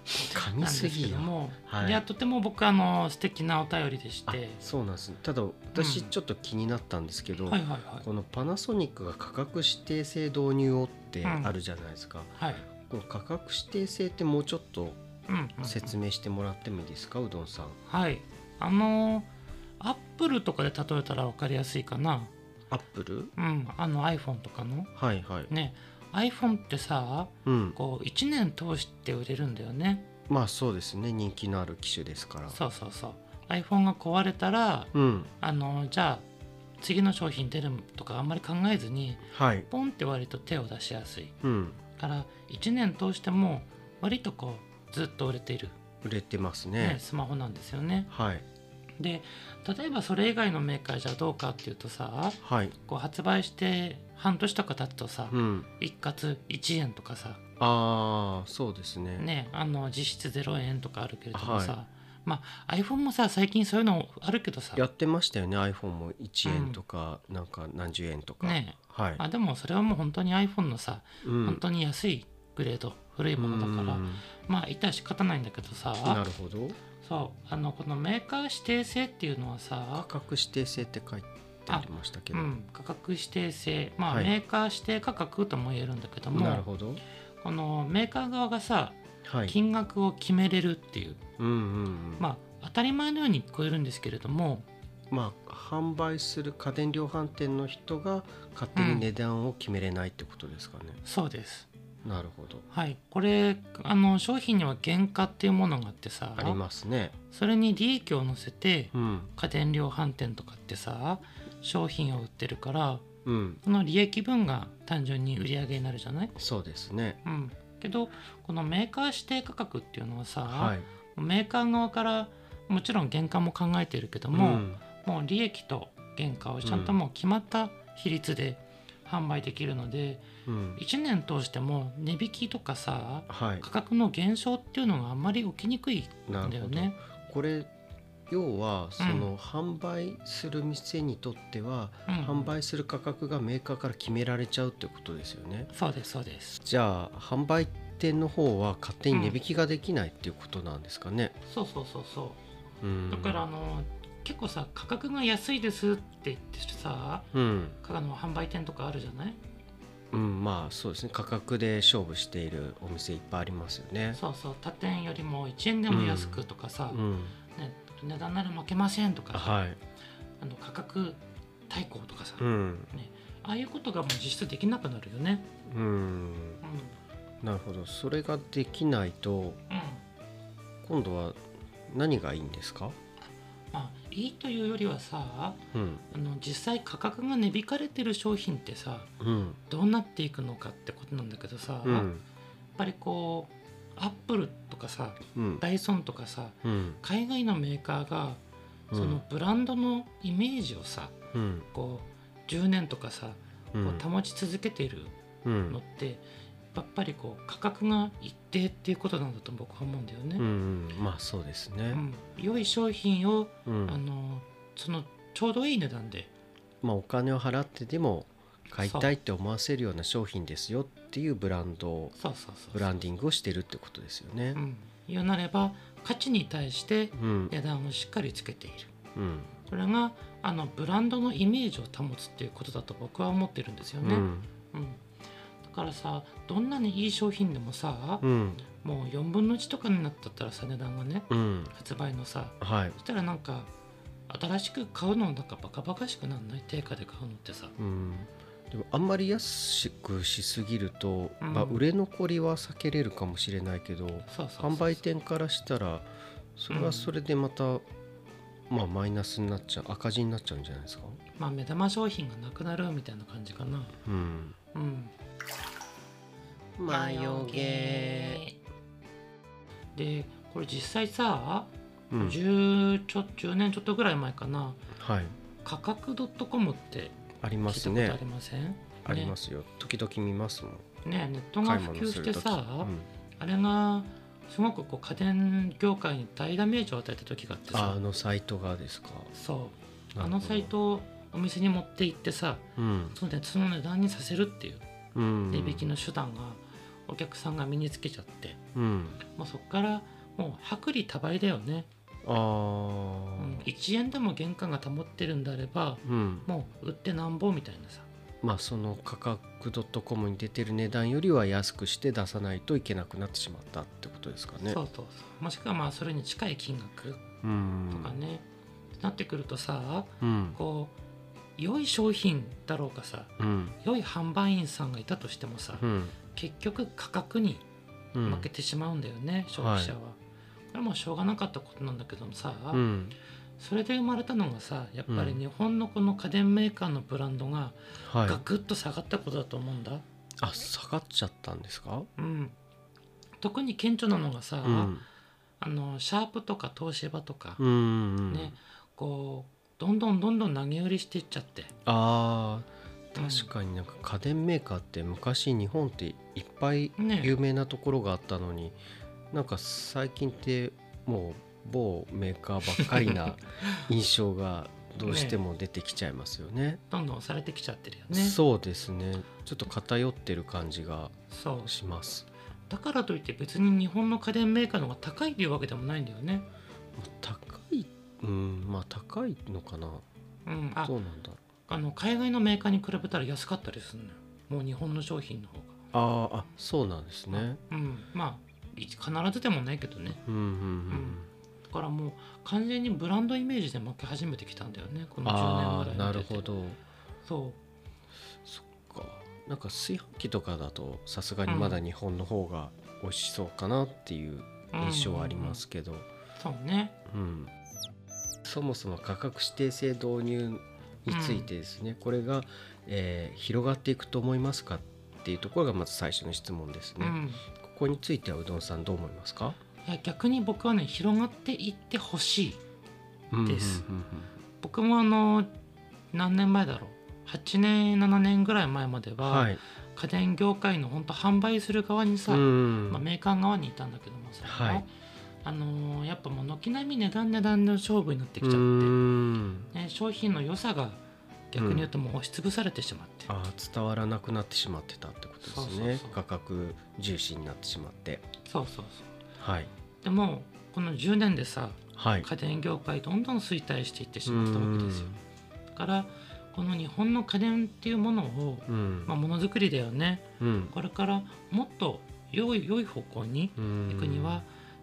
Speaker 2: 噛み
Speaker 3: なん
Speaker 2: す
Speaker 3: ですけ
Speaker 2: ぎ
Speaker 3: ど
Speaker 2: よ
Speaker 3: も、
Speaker 2: はい
Speaker 3: い、やとても僕あの素敵なお便りでし
Speaker 2: あ
Speaker 3: て
Speaker 2: そうなんですただ私ちょっと気になったんですけど、
Speaker 3: はいはいはい
Speaker 2: このパナソニックが価格指定制導入をって
Speaker 3: うん
Speaker 2: あるじゃないですか、
Speaker 3: はい、
Speaker 2: この価格指定制ってもうちょっと
Speaker 3: うんうんうん
Speaker 2: 説明してもらってもいいですか、うどんさん
Speaker 3: はいあのアップルとかで例えたら分かりやすいかな
Speaker 2: アップル
Speaker 3: うんあの iPhone とかの
Speaker 2: はいはい
Speaker 3: ね iPhone ってさ
Speaker 2: うん
Speaker 3: こう1年通して売れるんだよね
Speaker 2: まあそうですね人気のある機種ですから
Speaker 3: そうそうそう iPhone が壊れたら
Speaker 2: うん
Speaker 3: あのじゃあ次の商品出るとかあんまり考えずに
Speaker 2: はい
Speaker 3: ポンって割と手を出しやすい
Speaker 2: うん
Speaker 3: から1年通しても割とこうずっと売れている、
Speaker 2: 売れてますね
Speaker 3: ねスマホなんですよね
Speaker 2: はい
Speaker 3: で例えばそれ以外のメーカーじゃどうかっていうとさ
Speaker 2: はい
Speaker 3: こう発売して半年とか経つとさ、
Speaker 2: うん
Speaker 3: 一括1円とかさ、
Speaker 2: ああそうですね
Speaker 3: ね、あの実質0円とかあるけれどもさ、
Speaker 2: は
Speaker 3: まあ iPhone もさ最近そういうのあるけどさ
Speaker 2: やってましたよね iPhone も1円とか、なんか何十円とか、
Speaker 3: ね
Speaker 2: はい、
Speaker 3: あでもそれはもう本当に iPhone のさ、
Speaker 2: うん
Speaker 3: 本当に安いグレード古いものだから、
Speaker 2: うん
Speaker 3: まあいたら仕方ないんだけどさ
Speaker 2: なるほど
Speaker 3: そうあのこのメーカー指定性っていうのは
Speaker 2: 価
Speaker 3: さ、
Speaker 2: 格指定制って書いてありましたけ
Speaker 3: う
Speaker 2: ど、
Speaker 3: ん、価格指定性、まあ
Speaker 2: はい
Speaker 3: メーカー指定価格とも言えるんだけど
Speaker 2: なる
Speaker 3: も
Speaker 2: ほど
Speaker 3: このメーカー側がさ
Speaker 2: はい
Speaker 3: 金額を決めれるっていう、
Speaker 2: うんうんうん
Speaker 3: ま
Speaker 2: ま
Speaker 3: あ当たり前のように聞こえるんですけれども
Speaker 2: あ販売する家電量販店の人が勝手に値段を決めれないってことですかね、
Speaker 3: そうです
Speaker 2: なるほど
Speaker 3: はいこれあの商品には原価っていうものがあってさ
Speaker 2: ありますね
Speaker 3: それに利益を乗せて
Speaker 2: うん
Speaker 3: 家電量販店とかってさ商品を売ってるから
Speaker 2: うん
Speaker 3: その利益分が単純に売り上げになるじゃない
Speaker 2: そうですね
Speaker 3: うん、けどこのメーカー指定価格っていうのはさ、
Speaker 2: はい
Speaker 3: メーカー側からもちろん原価も考えてるけども、
Speaker 2: ん
Speaker 3: もう利益と原価をちゃんともう決まった比率で販売できるので、
Speaker 2: うん
Speaker 3: 1年通しても値引きとかさ
Speaker 2: はい
Speaker 3: 価格の減少っていうのがあんまり起きにくい
Speaker 2: な
Speaker 3: だ
Speaker 2: んる
Speaker 3: よ
Speaker 2: ほど
Speaker 3: ね。
Speaker 2: これ要はその、販売する店にとっては、
Speaker 3: うん
Speaker 2: 販売する価格がメーカーから決められちゃうってことですよね
Speaker 3: そうですそうです
Speaker 2: じゃあ販売店の方は勝手に値引きができないっていうことなんですかね、、
Speaker 3: そうそうそうそううんだからあの結構さ価格が安いですって言ってさ
Speaker 2: うん、
Speaker 3: あの販売店とかあるじゃない
Speaker 2: うん、まあそうですね価格で勝負しているお店いっぱいありますよね
Speaker 3: そうそう他店よりも1円でも安くとかさ、
Speaker 2: うん
Speaker 3: ね、値段なら負けませんとかさ、
Speaker 2: はい
Speaker 3: あの価格対抗とかさ、
Speaker 2: うん
Speaker 3: ああいうことがもう実質できなくなるよね。
Speaker 2: うん
Speaker 3: うん
Speaker 2: なるほどそれができないと
Speaker 3: うん
Speaker 2: 今度は何がいいんですか
Speaker 3: まあ、いいというよりはさ
Speaker 2: うん
Speaker 3: あの実際価格が値引かれてる商品ってさ
Speaker 2: うん
Speaker 3: どうなっていくのかってことなんだけどさ、
Speaker 2: う
Speaker 3: やっ
Speaker 2: ん
Speaker 3: ぱりこうアップルとかさ
Speaker 2: うん
Speaker 3: ダイソンとかさ
Speaker 2: うん
Speaker 3: 海外のメーカーが
Speaker 2: うん
Speaker 3: そのブランドのイメージをさ
Speaker 2: うん
Speaker 3: こう10年とかさ
Speaker 2: う
Speaker 3: こ
Speaker 2: ん
Speaker 3: う保ち続けている
Speaker 2: う
Speaker 3: のっ
Speaker 2: ん
Speaker 3: てやっぱりこう価格が一定っていうことなんだと僕は思うんだよ
Speaker 2: う
Speaker 3: ね。
Speaker 2: んまあそうです
Speaker 3: う
Speaker 2: ね
Speaker 3: ん、良い商品を
Speaker 2: うん
Speaker 3: あのそのちょうどいい値段で
Speaker 2: まあお金を払ってでも買いたいって思わせるような商品ですよっていうブランドを
Speaker 3: そうそうそう
Speaker 2: ブランディングをしてるってことですよね
Speaker 3: うん、言うなれば価値に対して
Speaker 2: うん
Speaker 3: 値段をしっかりつけている
Speaker 2: うん
Speaker 3: これがあのブランドのイメージを保つっていうことだと僕は思ってるんですよ
Speaker 2: う
Speaker 3: ね、うん
Speaker 2: ん
Speaker 3: だからさどんなにいい商品でもさ、
Speaker 2: うん
Speaker 3: もう4分の1とかになったったらさ値段がね
Speaker 2: うん
Speaker 3: 発売のさ
Speaker 2: はい
Speaker 3: そしたらなんか新しく買うのなんかバカバカしくなんない定価で買うのってさ
Speaker 2: うんでもあんまり安くしすぎると、
Speaker 3: うん
Speaker 2: まあ、売れ残りは避けれるかもしれないけど
Speaker 3: そうそうそう
Speaker 2: 販売店からしたらそれはそれでまた、まあ、マイナスになっちゃう赤字になっちゃうんじゃないですか、
Speaker 3: まあ目玉商品がなくなるみたいな感じかな
Speaker 2: うん、
Speaker 3: うん
Speaker 2: マ
Speaker 3: でこれ実際さ、
Speaker 2: うん、
Speaker 3: 10, ちょ10年ちょっとぐらい前かな
Speaker 2: はい
Speaker 3: 価格 .com って
Speaker 2: ありま
Speaker 3: 聞
Speaker 2: す
Speaker 3: いたこと
Speaker 2: ね
Speaker 3: ありません
Speaker 2: ありますよ時々見ますもん
Speaker 3: ねねネットが
Speaker 2: 買い
Speaker 3: 普
Speaker 2: 物
Speaker 3: 及
Speaker 2: す
Speaker 3: し
Speaker 2: る
Speaker 3: て
Speaker 2: 時
Speaker 3: さ、
Speaker 2: うん
Speaker 3: あれがすごくこう家電業界に大ダメージを与えた時があって
Speaker 2: ああ
Speaker 3: さ
Speaker 2: のサイトがですか
Speaker 3: そうあ
Speaker 2: なるほど
Speaker 3: のサイトをお店に持って行ってさ
Speaker 2: うん、
Speaker 3: そのねその値段にさせるっていう
Speaker 2: うん、
Speaker 3: 値引きの手段がお客さんが身につけちゃって、
Speaker 2: うん
Speaker 3: もうそこからもう薄利多売だよね、
Speaker 2: ああ
Speaker 3: うん、1円でも原価が保ってるんであれば
Speaker 2: うん
Speaker 3: もう売ってなんぼみたいなさ
Speaker 2: まあ、その価格 .com に出てる値段よりは安くして出さないといけなくなってしまったってことですかね。
Speaker 3: そうそうそうもしくはまあそれに近い金額
Speaker 2: うん
Speaker 3: とかね、なってくるとさ
Speaker 2: うん
Speaker 3: こう良い商品だろうかさ
Speaker 2: うん
Speaker 3: 良い販売員さんがいたとしてもさ、
Speaker 2: うん
Speaker 3: 結局価格に
Speaker 2: うん
Speaker 3: 負けてしまうんだよね、消費者は。これもうしょうがなかったことなんだけどもさ、
Speaker 2: うん
Speaker 3: それで生まれたのがさやっぱり
Speaker 2: うん
Speaker 3: 日本のこの家電メーカーのブランドが
Speaker 2: はい
Speaker 3: ガクッと下がったことだと思うんだ。
Speaker 2: あ下がっちゃったんですか
Speaker 3: うん、特に顕著なのがさ、
Speaker 2: うん
Speaker 3: あのシャープとか東芝とか、
Speaker 2: うん
Speaker 3: ねこうどんどんどんどん投げ売りしていっちゃって
Speaker 2: あー確かになんか家電メーカーって昔日本っていっぱい
Speaker 3: ね
Speaker 2: 有名なところがあったのになんか最近ってもう某メーカーばっかり な印象がどうしても出てきちゃいますよね
Speaker 3: どんどんされてきちゃってるよね
Speaker 2: そうですねちょっと偏ってる感じが
Speaker 3: そう
Speaker 2: します
Speaker 3: だからといって別に日本の家電メーカーの方が高いというわけでもないんだよね
Speaker 2: まあ高いうんまあ高いのかな
Speaker 3: うんあ
Speaker 2: どうなんだろう
Speaker 3: あの海外のメーカーに比べたら安かったりするのよもう日本の商品の方
Speaker 2: あーあそうなんです
Speaker 3: が
Speaker 2: ね
Speaker 3: うんまあい必ずでもないけどね
Speaker 2: うんうん
Speaker 3: だからもう完全にブランドイメージで負け始めてきたんだよねこ
Speaker 2: うん
Speaker 3: の10年ぐ
Speaker 2: あ
Speaker 3: ら
Speaker 2: あ
Speaker 3: い
Speaker 2: な
Speaker 3: 見
Speaker 2: る
Speaker 3: てて
Speaker 2: ほど
Speaker 3: そう
Speaker 2: そっかなんか炊飯器とかだとさすがにまだ日本の方が美味しそうかなっていう印象はありま、すけど
Speaker 3: うんうんうんそうね
Speaker 2: うんそもそも価格指定制導入についてですね、これが、えー広がっていくと思いますかっていうところがまず最初の質問です
Speaker 3: う
Speaker 2: ね、
Speaker 3: ん
Speaker 2: ここについてはうどんさんどう思いますか
Speaker 3: いや逆に僕はね広がっていってほしい
Speaker 2: うん
Speaker 3: です
Speaker 2: うんうん
Speaker 3: 僕もあの何年前だろう8年7年ぐらい前まで
Speaker 2: うん
Speaker 3: は、
Speaker 2: はい
Speaker 3: 家電業界の本当販売する側にさ、
Speaker 2: うん
Speaker 3: まあ、メーカー側にいたんだけどもさ、
Speaker 2: はい
Speaker 3: あのーやっぱもう軒並み値段値段の勝負になってきちゃっ
Speaker 2: う
Speaker 3: て、
Speaker 2: ん
Speaker 3: ね、商品の良さが逆に言うともう押しつぶされてしまって、
Speaker 2: あー伝わらなくなってしまってたってことですね
Speaker 3: そうそうそう
Speaker 2: 価格重視になってしまって
Speaker 3: そうそうそう
Speaker 2: はい
Speaker 3: でもこの10年でさ
Speaker 2: はい
Speaker 3: 家電業界どんどん衰退していってしまったわけですよだからこの日本の家電っていうものを、
Speaker 2: うんうん
Speaker 3: まあ、ものづくりだよね
Speaker 2: うん
Speaker 3: これからもっと良い良い方向に
Speaker 2: うん
Speaker 3: 行くには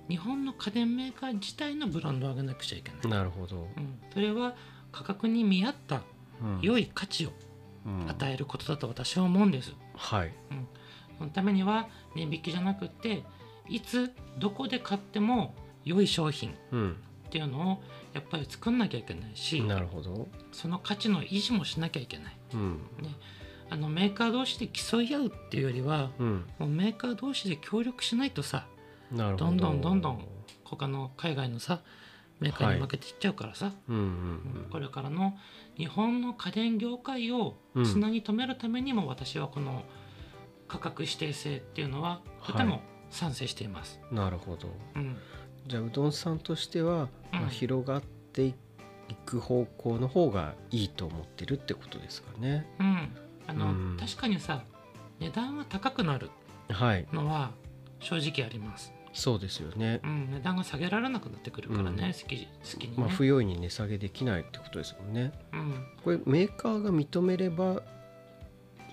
Speaker 3: 日本の家電メーカー自体のブランドを上げなくちゃいけない、
Speaker 2: なるほど、
Speaker 3: うん、それは価格に見合った
Speaker 2: うん
Speaker 3: 良い価値を
Speaker 2: うん
Speaker 3: 与えることだと私は思うんです
Speaker 2: はい
Speaker 3: そのためには値引きじゃなくていつどこで買っても良い商品
Speaker 2: うん
Speaker 3: っていうのをやっぱり作んなきゃいけないし
Speaker 2: なるほど
Speaker 3: その価値の維持もしなきゃいけない
Speaker 2: うん
Speaker 3: あのメーカー同士で競い合うっていうよりは
Speaker 2: うん
Speaker 3: もうメーカー同士で協力しないとさ
Speaker 2: なるほど
Speaker 3: どんどんどんどん他の海外のさメーカーに負けていっちゃうからさ、
Speaker 2: うんうんうん
Speaker 3: これからの日本の家電業界を
Speaker 2: うん
Speaker 3: つなぎ止めるためにも私はこの価格指定制っていうのはとて
Speaker 2: は
Speaker 3: も賛成しています。
Speaker 2: なるほど
Speaker 3: うん
Speaker 2: じゃあうどんさんとしては、ま
Speaker 3: う
Speaker 2: あ、
Speaker 3: ん
Speaker 2: 広がっていく方向の方がいいと思ってるってことですかね
Speaker 3: うんあの
Speaker 2: うん
Speaker 3: 確かにさ値段は高くなる
Speaker 2: はい
Speaker 3: のは正直あります、
Speaker 2: そうですよね
Speaker 3: うん、値段が下げられなくなってくるからね、
Speaker 2: うん
Speaker 3: 好き好きにね、
Speaker 2: まあ不用意に値下げできないってことですもんね
Speaker 3: うん、
Speaker 2: これメーカーが認めれば、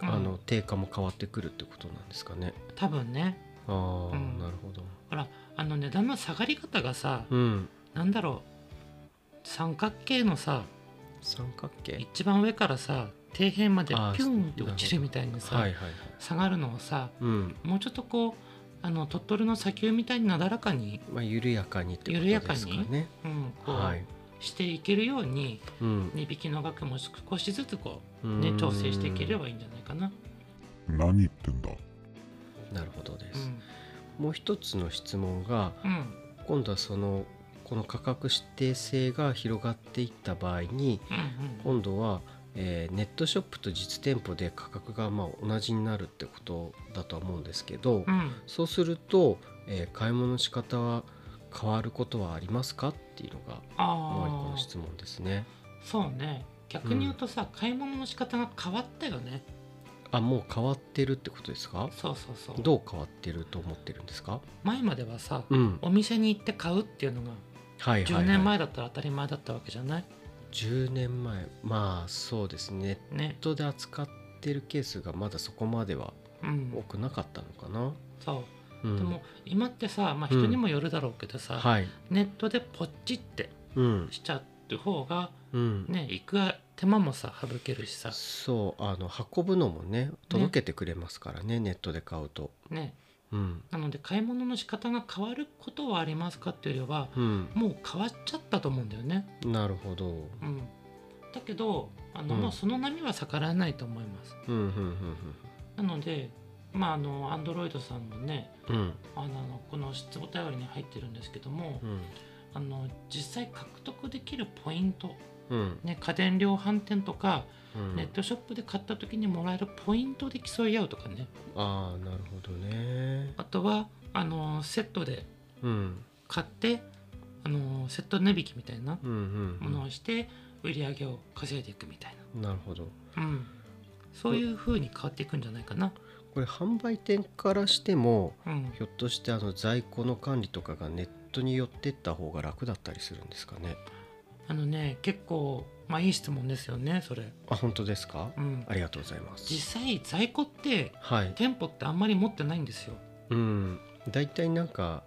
Speaker 2: あ
Speaker 3: う
Speaker 2: の
Speaker 3: ん
Speaker 2: 定価も変わってくるってことなんですかね
Speaker 3: 多分ね
Speaker 2: ああ、
Speaker 3: うん
Speaker 2: なるほど
Speaker 3: ほらあの値段の下がり方がさ、
Speaker 2: うん
Speaker 3: なんだろう三角形のさ
Speaker 2: 三角形
Speaker 3: 一番上からさ底辺までピ
Speaker 2: あー
Speaker 3: ュンって落ちるみたいにさ、
Speaker 2: はいはいはい
Speaker 3: 下がるのをさ
Speaker 2: うん
Speaker 3: もうちょっとこうあの鳥取の砂丘みたいになだらかに、
Speaker 2: まあ緩やかにってことですか
Speaker 3: 緩
Speaker 2: ね
Speaker 3: うん、こう、
Speaker 2: はい
Speaker 3: していけるように
Speaker 2: うん
Speaker 3: 値引きの額も少しずつこう、ね、調整していければいいんじゃないかな。
Speaker 4: 何言ってんだ
Speaker 2: なるほどで
Speaker 3: う
Speaker 2: す、
Speaker 3: ん
Speaker 2: もう一つの質問が
Speaker 3: うん
Speaker 2: 今度はそのこの価格指定性が広がっていった場合に
Speaker 3: うんうん
Speaker 2: 今度は、えーネットショップと実店舗で価格がまあ同じになるってことだとは思うんですけど、
Speaker 3: うん
Speaker 2: そうすると、えー買い物の仕方は変わることはありますかっていうのがもう一個
Speaker 3: あ
Speaker 2: の
Speaker 3: ー
Speaker 2: 質問ですね。
Speaker 3: そうね逆に言うとさ、買い物の仕方が変わったよね
Speaker 2: あもう変わってるってことですか
Speaker 3: そうそうそう
Speaker 2: どう変わってると思ってるんですか
Speaker 3: 前まではさ、
Speaker 2: うん
Speaker 3: お店に行って買うっていうのが
Speaker 2: はいはい、は
Speaker 3: 10
Speaker 2: い、
Speaker 3: 年前だったら当たり前だったわけじゃない
Speaker 2: 10年前まあそうですねネ
Speaker 3: ね
Speaker 2: ッ、トで扱ってるケースがまだそこまでは
Speaker 3: うん
Speaker 2: 多、くなかったのかな、
Speaker 3: そう
Speaker 2: うん、
Speaker 3: でも今ってさ、まあ、
Speaker 2: うん
Speaker 3: 人にもよるだろうけどさ、
Speaker 2: はい
Speaker 3: ネットでポッチって
Speaker 2: うん
Speaker 3: しちゃう方が
Speaker 2: うん、
Speaker 3: ね行く手間もさ省けるしさ、
Speaker 2: そうあの運ぶのもね届けてくれますからねネットで買うと
Speaker 3: ね、
Speaker 2: うん
Speaker 3: なので買い物の仕方が変わることはありますかっていうよりは
Speaker 2: うん
Speaker 3: もう変わっちゃったと思うんだよね、
Speaker 2: なるほど
Speaker 3: うん、だけどあの、
Speaker 2: うん
Speaker 3: もうその波は逆らえないと思います
Speaker 2: うんうん
Speaker 3: なのでまああのアンドロイドさんもね
Speaker 2: うんうん
Speaker 3: あのあのこの質お便りに入ってるんですけども、
Speaker 2: うん
Speaker 3: あの実際獲得できるポイント、
Speaker 2: うん
Speaker 3: ね、家電量販店とか、
Speaker 2: うん
Speaker 3: ネットショップで買った時にもらえるポイントで競い合うとかね
Speaker 2: ああなるほどね
Speaker 3: あとはあのセットで
Speaker 2: うん
Speaker 3: 買ってあのセット値引きみたいな
Speaker 2: うんうん
Speaker 3: ものをして売り上げを稼いでいくみたい
Speaker 2: うんなるほど
Speaker 3: な、うん、そういう風に変わっていくんじゃないかな、
Speaker 2: これ販売店からしても
Speaker 3: うん、
Speaker 2: ひょっとしてあの在庫の管理とかがネットに寄ってった方が楽だったりするんですかね
Speaker 3: あのね結構まあいい質問ですよねそれ、
Speaker 2: あ本当ですか
Speaker 3: うん
Speaker 2: あ、りがとうございます
Speaker 3: 実際在庫って
Speaker 2: はい
Speaker 3: 店舗ってあんまり持ってないんですよ
Speaker 2: うん大体なんか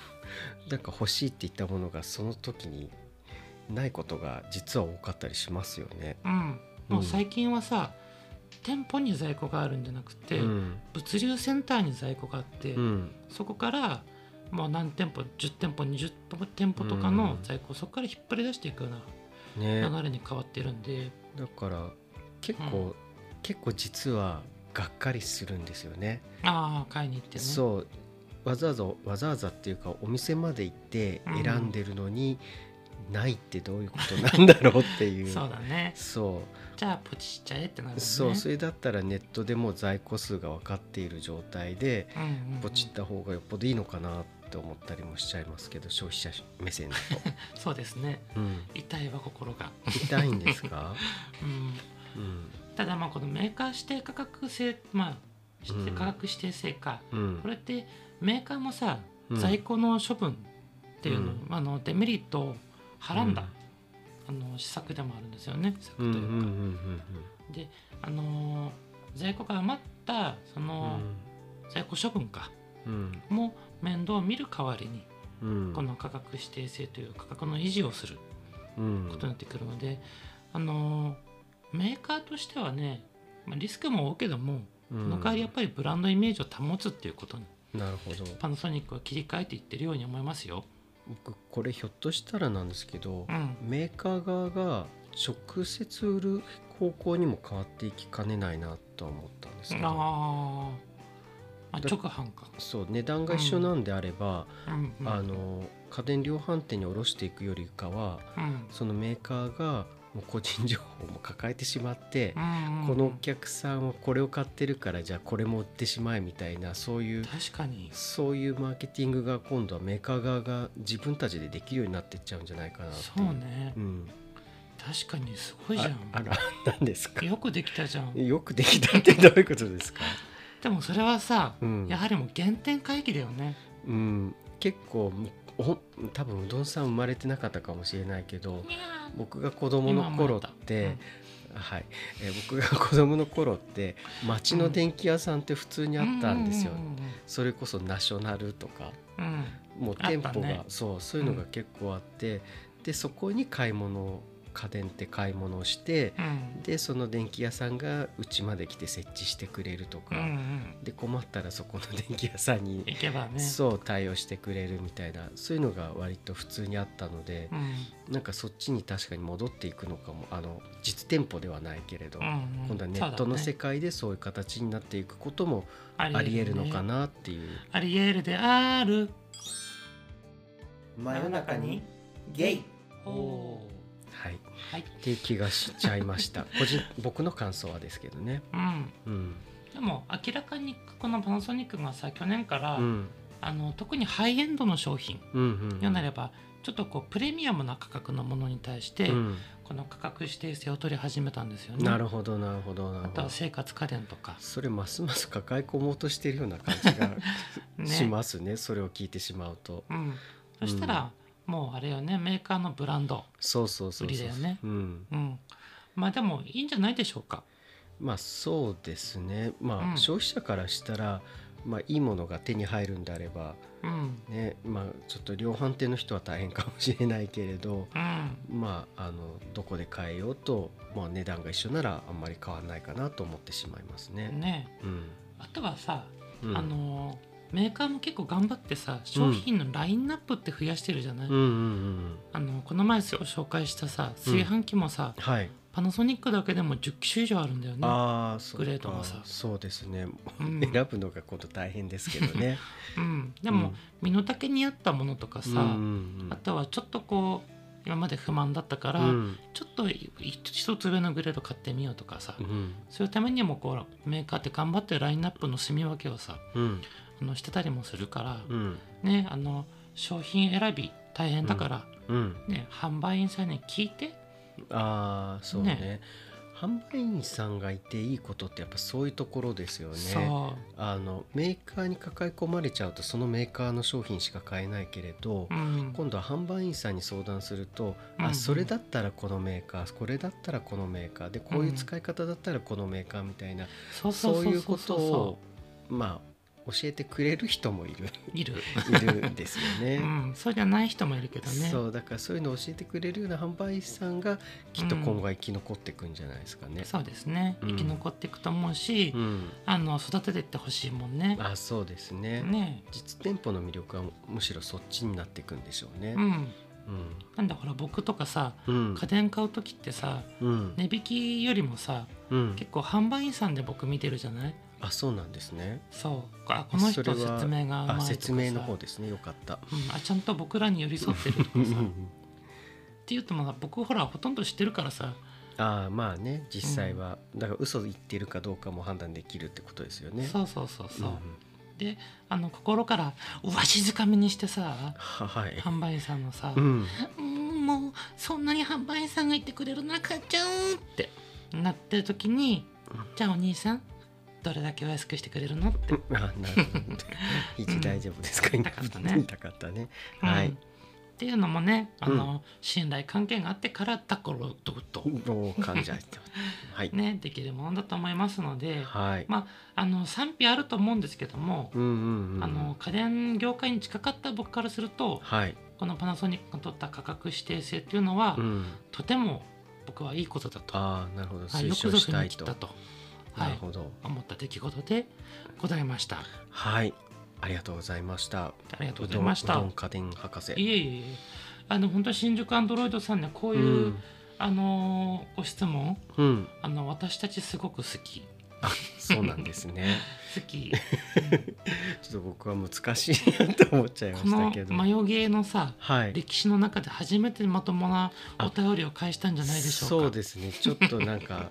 Speaker 2: なんか欲しいって言ったものがその時にないことが実は多かったりしますよね
Speaker 3: うん、もううん最近はさ、店舗に在庫があるんじゃなくて、
Speaker 2: うん
Speaker 3: 物流センターに在庫があって、
Speaker 2: うん
Speaker 3: そこからもう何店舗10店舗20店舗とかの在庫をそこから引っ張り出していくよう
Speaker 2: ね
Speaker 3: な流れに変わってるんで、
Speaker 2: だから結構、結構実はがっかりするんですよね
Speaker 3: ああ買いに行ってね
Speaker 2: そうわざわざわざわざっていうかお店まで行って選んでるのに、ないってどういうことなんだろうっていう
Speaker 3: そうだね
Speaker 2: そう
Speaker 3: じゃあポチしちゃえってなるもんね
Speaker 2: そうそれだったらネットでもう在庫数が分かっている状態で
Speaker 3: うんうんうん
Speaker 2: ポチった方がよっぽどいいのかなって思ったりもしちゃいますけど消費者目線だ
Speaker 3: そうですね
Speaker 2: と、うん、
Speaker 3: 痛いわ心が、
Speaker 2: 痛いんですか、
Speaker 3: うん、
Speaker 2: うん
Speaker 3: ただまあこのメーカー指定価格制まあ指定
Speaker 2: うん
Speaker 3: 価格指定制か、
Speaker 2: うん
Speaker 3: これってメーカーもさ、
Speaker 2: うん
Speaker 3: 在庫の処分っていうの,、
Speaker 2: うん
Speaker 3: あのデメリットをはらんだ、あの施策でもあるんですよね施策と
Speaker 2: う
Speaker 3: い
Speaker 2: ん
Speaker 3: う
Speaker 2: うん
Speaker 3: か、
Speaker 2: うん
Speaker 3: であのー在庫が余ったそ
Speaker 2: うんう
Speaker 3: の
Speaker 2: ん
Speaker 3: 在庫処分か
Speaker 2: うん
Speaker 3: も面倒を見る代わりに
Speaker 2: うん
Speaker 3: この価格指定制という価格の維持をする
Speaker 2: うん
Speaker 3: ことになってくるので、あのーメーカーとしてはねまあリスクも負うけどもその代わりやっぱりブランドイメージを保つっていうことに
Speaker 2: なるほど
Speaker 3: パナソニックは切り替えていってるように思いますよ。
Speaker 2: 僕これひょっとしたらなんですけど
Speaker 3: う、ん、
Speaker 2: メーカー側が直接売る方向にも変わっていきかねないなとは思ったんですけど
Speaker 3: あーあ
Speaker 2: だ
Speaker 3: 直販か、
Speaker 2: そう値段が一緒なんであれば、
Speaker 3: うんうん
Speaker 2: あの家電量販店に卸していくよりかは
Speaker 3: うん
Speaker 2: そのメーカーがもう個人情報も抱えてしまって
Speaker 3: う、んうん
Speaker 2: このお客さんはこれを買ってるからじゃあこれも売ってしまえみたいなそういう
Speaker 3: 確かに
Speaker 2: そういうマーケティングが今度はメーカー側が自分たちでできるようになってっちゃうんじゃないかなってい
Speaker 3: そうね
Speaker 2: うん、
Speaker 3: 確かにすごいじゃ
Speaker 2: ああ
Speaker 3: ん
Speaker 2: ら何ですか
Speaker 3: よくできたじゃん
Speaker 2: よくできたってどういうことですか、
Speaker 3: でもそれはさ
Speaker 2: うん
Speaker 3: やはりもう原点回帰だよね
Speaker 2: うん、結構お多分うどんさん生まれてなかったかもしれないけど僕が子供の頃って、はいえー僕が子供の頃って町の電気屋さんって普通にあったんですよ、
Speaker 3: う
Speaker 2: それこそナショナルとか
Speaker 3: うんうんうん
Speaker 2: もう店
Speaker 3: あった
Speaker 2: 舗が、
Speaker 3: ね
Speaker 2: そうそういうのが結構あって、でそこに買い物を家電って買い物をして
Speaker 3: うん
Speaker 2: でその電気屋さんがうちまで来て設置してくれるとか
Speaker 3: うんう、ん
Speaker 2: で困ったらそこの電気屋さんに
Speaker 3: 行けばね
Speaker 2: そう対応してくれるみたいなそういうのが割と普通にあったので、
Speaker 3: うん
Speaker 2: なんかそっちに確かに戻っていくのかもあの実店舗ではないけれど、
Speaker 3: うんうん
Speaker 2: 今度はネットの世
Speaker 3: そう
Speaker 2: 界でそういう形になっていくことも
Speaker 3: だね
Speaker 2: ありえるのか
Speaker 3: ね
Speaker 2: なっていう、
Speaker 3: ありえるである
Speaker 2: 真夜中に
Speaker 3: ゲイ
Speaker 2: はい、
Speaker 3: はい
Speaker 2: っていう気がしちゃいました個人僕の感想はですけどね
Speaker 3: うん
Speaker 2: うん、
Speaker 3: でも明らかにこのパナソニックがさ去年から、
Speaker 2: うん
Speaker 3: あの特にハイエンドの商品
Speaker 2: うんうん
Speaker 3: ようなればちょっとこうプレミアムな価格のものに対して、
Speaker 2: うん
Speaker 3: この価格指定性を取り始めたんですよね。
Speaker 2: なるほどなるほどな
Speaker 3: あ
Speaker 2: るほ
Speaker 3: と
Speaker 2: ど
Speaker 3: は生活家電とか、
Speaker 2: それますます抱え込もうとしてるような感じが
Speaker 3: ね
Speaker 2: しま すねそれを聞いてしまうと
Speaker 3: うん、そしたら、もうあれよねメーカーのブランド、
Speaker 2: そうそうそうそう
Speaker 3: 売りだよね
Speaker 2: うん
Speaker 3: うん、まあでもいいんじゃないでしょうか。
Speaker 2: まあそうですねまあ、
Speaker 3: うん
Speaker 2: 消費者からしたら、まあ、いいものが手に入るんであれば、
Speaker 3: うん
Speaker 2: ねまあ、ちょっと量販店の人は大変かもしれないけれど、
Speaker 3: うん
Speaker 2: まあ、あのどこで買えようと、まあ、値段が一緒ならあんまり変わらないかなと思ってしまいますね。
Speaker 3: ね、
Speaker 2: うん
Speaker 3: あとはさ、
Speaker 2: うん
Speaker 3: あのメーカーも結構頑張ってさ商品のラインナップって増やしてるじゃない、
Speaker 2: うんうんうん
Speaker 3: あのこの前紹介したさ炊飯器もさ、
Speaker 2: はい、
Speaker 3: パナソニックだけでも10機種以上あるんだよね。
Speaker 2: ああそう
Speaker 3: グレードがさ
Speaker 2: かそうですね、
Speaker 3: うん、
Speaker 2: 選ぶのが今度大変ですけ どね
Speaker 3: うん、でも、
Speaker 2: うん
Speaker 3: 身の丈に合ったものとかさ、
Speaker 2: うんうんうん
Speaker 3: あとはちょっとこう今まで不満だったから、
Speaker 2: うん
Speaker 3: ちょっとい一つ上のグレード買ってみようとかさ、
Speaker 2: うん
Speaker 3: そういうためにもこうメーカーって頑張ってラインナップの住み分けをさ
Speaker 2: うん
Speaker 3: あのしてたりもするから、
Speaker 2: うん
Speaker 3: ねあの商品選び大変だから、
Speaker 2: うん
Speaker 3: ね販売員さんに聞いて
Speaker 2: ああそうね
Speaker 3: ね
Speaker 2: 販売員さんがいていいことってやっぱそういうところですよね
Speaker 3: そ
Speaker 2: あのメーカーに抱え込まれちゃうとそのメーカーの商品しか買えないけれど
Speaker 3: う、うん、
Speaker 2: 今度は販売員さんに相談すると、
Speaker 3: うんう
Speaker 2: あ
Speaker 3: ん
Speaker 2: それだったらこのメーカーこれだったらこのメーカーでこういう使い方だったらこのメーカーみたいな、
Speaker 3: そうそ
Speaker 2: そうう
Speaker 3: そ
Speaker 2: いうう
Speaker 3: そ
Speaker 2: こ
Speaker 3: うそ
Speaker 2: と
Speaker 3: う
Speaker 2: を
Speaker 3: そ
Speaker 2: まあ教えてくれる人もいる
Speaker 3: ういる、
Speaker 2: いるんですよね。
Speaker 3: うん、そうじゃない人もいるけどね
Speaker 2: そうだからそういうのを教えてくれるような販売員さんがきっと今後は生き残っていくんじゃないですかね。
Speaker 3: そうですね
Speaker 2: うん
Speaker 3: 生き残っていくと思うし、
Speaker 2: うん、
Speaker 3: あの育てていってほしいもんね。
Speaker 2: あそうですね
Speaker 3: ね
Speaker 2: 実店舗の魅力はむしろそっちになっていくんでしょうね
Speaker 3: う。ん、
Speaker 2: うん
Speaker 3: なんだほら僕とかさ
Speaker 2: うん
Speaker 3: 家電買う時ってさ
Speaker 2: うん
Speaker 3: 値引きよりもさ
Speaker 2: うん
Speaker 3: 結構販売員さんで僕見てるじゃない
Speaker 2: あそうなんですね
Speaker 3: そうあこの人
Speaker 2: それ
Speaker 3: 説
Speaker 2: は
Speaker 3: 明がうまいと
Speaker 2: あ
Speaker 3: かさ
Speaker 2: 説明の方ですねよかった
Speaker 3: うん、あちゃんと僕らに寄り添ってると か
Speaker 2: うんう
Speaker 3: さっ
Speaker 2: ん
Speaker 3: ていうとまあ僕ほらほとんど知ってるからさ
Speaker 2: ああまあね実際は、だから嘘言ってるかどうかも判断できるってことですよね
Speaker 3: そうそうそうそう、
Speaker 2: んん
Speaker 3: であの心からうわしづかみにしてさ
Speaker 2: ははい
Speaker 3: 販売員さんのさ、
Speaker 2: うん
Speaker 3: うんもうそんなに販売員さんがいてくれるなら買っちゃおうってなってる時に
Speaker 2: うん
Speaker 3: じゃあお兄さんどれだけお安くしてくれるのって
Speaker 2: あなるほ ど一大丈夫ですか
Speaker 3: 痛
Speaker 2: 今
Speaker 3: かったね
Speaker 2: 痛かったねはい
Speaker 3: うんっていうのもねあの、信頼関係があってからだからどうと、
Speaker 2: もう感じ合ってますはい、
Speaker 3: ね、できるものだと思いますので、
Speaker 2: はい、
Speaker 3: まああの賛否あると思うんですけども、
Speaker 2: うんうんうん
Speaker 3: あの家電業界に近かった僕からすると
Speaker 2: はい、
Speaker 3: このパナソニックが取った価格指定性っていうのは、
Speaker 2: うん、
Speaker 3: とても僕はいいことだと
Speaker 2: ああなるほど
Speaker 3: はいよ
Speaker 2: 推
Speaker 3: く
Speaker 2: 奨
Speaker 3: ぞ
Speaker 2: し
Speaker 3: 踏
Speaker 2: た
Speaker 3: み
Speaker 2: い
Speaker 3: 切
Speaker 2: と
Speaker 3: ったと、は
Speaker 2: なる
Speaker 3: い、
Speaker 2: ほど
Speaker 3: 思った出来事でございました。
Speaker 2: はいありがとうございました
Speaker 3: ありがとうございまし
Speaker 2: う
Speaker 3: た
Speaker 2: どんうどん。家電博士
Speaker 3: いえいえいえあの本当新宿アンドロイドさんねこういう、
Speaker 2: ん
Speaker 3: あのーご質問
Speaker 2: うん、
Speaker 3: あの私たちすごく好き
Speaker 2: そうなんです ね
Speaker 3: 好き
Speaker 2: ちょっと僕は難しいなと思っちゃいま
Speaker 3: こ
Speaker 2: した
Speaker 3: の
Speaker 2: けど
Speaker 3: マヨゲーのさ
Speaker 2: はい
Speaker 3: 歴史の中で初めてまともなお便りを返したんじゃないでしょうか
Speaker 2: そうですねちょっとなんか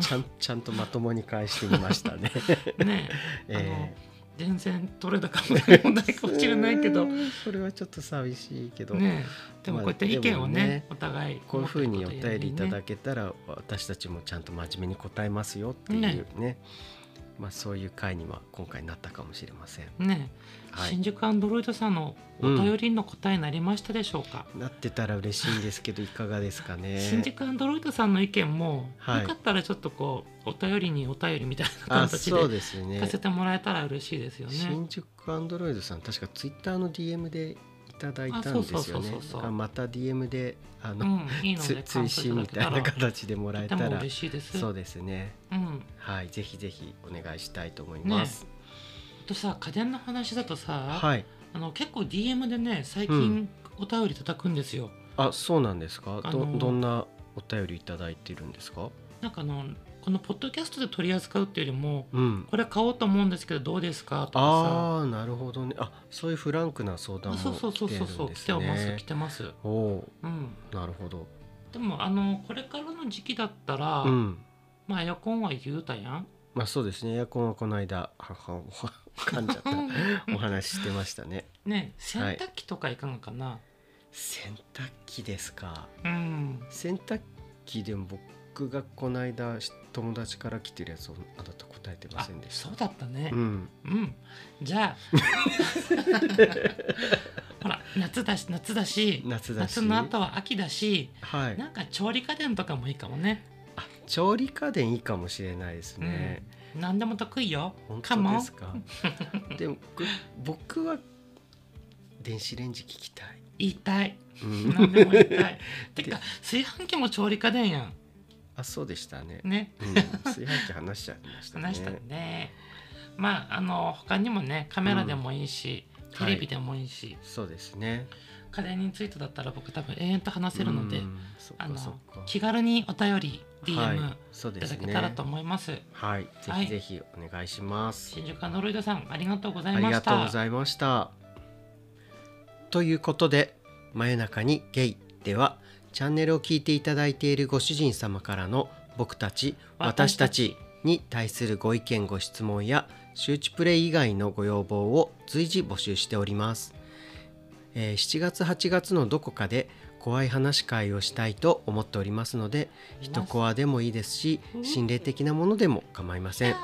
Speaker 2: ちゃんちゃんとまともに返してみましたね、
Speaker 3: ね えあの
Speaker 2: え
Speaker 3: 全然取れたかもない問題かもしれないけど
Speaker 2: う。ーんそれはちょっと寂しいけど、
Speaker 3: ねえ、でもこうやって意見をね,、
Speaker 2: まあでもね
Speaker 3: お互い
Speaker 2: こういうふうにお便りいただ
Speaker 3: く
Speaker 2: けたら私たちもちゃんと真面目に答えますよっていうねまあ、そういう回には今回なったかもしれません。
Speaker 3: ねえ、
Speaker 2: はい
Speaker 3: 新宿アンドロイドさんのお便りの答えになりましたでしょうか、
Speaker 2: なってたら嬉しいんですけどいかがですかね。
Speaker 3: 新宿アンドロイドさんの意見も、
Speaker 2: はい
Speaker 3: よかったらちょっとこうお便りにお便りみたいな
Speaker 2: あ
Speaker 3: 形で
Speaker 2: そうですね
Speaker 3: 聞かせてもらえたら嬉しいですよね。
Speaker 2: 新宿アンドロイドさん確かツイッターの DM でいただいたんです
Speaker 3: あそ
Speaker 2: よ
Speaker 3: うそうそうそ
Speaker 2: ね
Speaker 3: う。そう
Speaker 2: だからまた DM であ
Speaker 3: う
Speaker 2: の、
Speaker 3: ん、いいの
Speaker 2: つ
Speaker 3: で
Speaker 2: 追
Speaker 3: 感想い
Speaker 2: 伸
Speaker 3: ただ
Speaker 2: み
Speaker 3: けた
Speaker 2: たいな
Speaker 3: ら
Speaker 2: 形でもらえ
Speaker 3: と
Speaker 2: た
Speaker 3: ても
Speaker 2: ら
Speaker 3: 嬉しいです。
Speaker 2: そうですね。
Speaker 3: うん、
Speaker 2: はいぜひぜひお願いしたいと思います。
Speaker 3: あとさ家電の話だとさ、
Speaker 2: はい。
Speaker 3: あの結構 DM でね最
Speaker 2: う
Speaker 3: 近お便りいただくんですよ。
Speaker 2: あそうなんですか
Speaker 3: あ
Speaker 2: ど
Speaker 3: の
Speaker 2: どんなお便りいただいてるんですか
Speaker 3: なんかあのこのポッドキャストで取り扱うっていうよりも
Speaker 2: うん
Speaker 3: これ買おうと思うんですけどどうですかとかさ。
Speaker 2: ああなるほどねあそういうフランクな相談
Speaker 3: あ
Speaker 2: も
Speaker 3: そうそうそ
Speaker 2: 来
Speaker 3: うそ
Speaker 2: て
Speaker 3: う
Speaker 2: る
Speaker 3: そ
Speaker 2: ん
Speaker 3: う
Speaker 2: で
Speaker 3: 来
Speaker 2: す
Speaker 3: てます
Speaker 2: ね
Speaker 3: 来てます。
Speaker 2: おお
Speaker 3: うん。
Speaker 2: ーなるほど
Speaker 3: でもあのこれからの時期だったら、
Speaker 2: うん
Speaker 3: まあエアコンは言うたやん。
Speaker 2: まあそうですねエアコンはこの間ははは噛んじゃったお話ししてましたね
Speaker 3: ね洗濯機とかいかがかな。
Speaker 2: 洗濯機ですか
Speaker 3: うん。
Speaker 2: 洗濯機でも僕がこの間し友達から来てるやつをあなた答えてま
Speaker 3: あ
Speaker 2: せんでした
Speaker 3: そうだったね
Speaker 2: う。ん
Speaker 3: うん。じ ゃあほら夏だし夏だし
Speaker 2: 夏だし
Speaker 3: 夏の後は秋だし
Speaker 2: はい
Speaker 3: なんか調理家電とかもいいかもね。
Speaker 2: あ調理家電いいかもしれないですね、
Speaker 3: 何でも得意よ。
Speaker 2: 本
Speaker 3: か
Speaker 2: 当
Speaker 3: も
Speaker 2: ですか でも僕僕は電子レンジ聞きたい、
Speaker 3: 言いたい。
Speaker 2: うん
Speaker 3: 何でも言いたい。てか炊飯器も調理家電や
Speaker 2: あそうでしたね
Speaker 3: ん。ね。
Speaker 2: うん、炊飯器話しちゃいましたね
Speaker 3: 話したね。まああの他にもねカメラでもいいし、
Speaker 2: うん
Speaker 3: テレビでもいいし、
Speaker 2: そうですね
Speaker 3: 家電についてだったら僕多分永遠と話せるので、
Speaker 2: うんそっ
Speaker 3: あ
Speaker 2: か
Speaker 3: の
Speaker 2: そっか
Speaker 3: 気軽にお便り DM、
Speaker 2: はい、そう
Speaker 3: い
Speaker 2: で
Speaker 3: た
Speaker 2: す
Speaker 3: だけたら
Speaker 2: ね
Speaker 3: と思います。
Speaker 2: はいぜ
Speaker 3: はい
Speaker 2: ひぜひお願いします、
Speaker 3: 新宿アンドロイドさんありがとうござい
Speaker 2: あ
Speaker 3: ま
Speaker 2: り
Speaker 3: し
Speaker 2: がとうご
Speaker 3: た。
Speaker 2: ざいましたということで「真夜中にゲイ」ではチャンネルを聞いていただいているご主人様からの僕たち私たちに対するご意見ご質問や周知プレイ以外のご要望を随時募集しております、えー7月8月のどこかで怖い話会をしたいと思っておりますので一コアでもいいですし心霊的なものでも構いません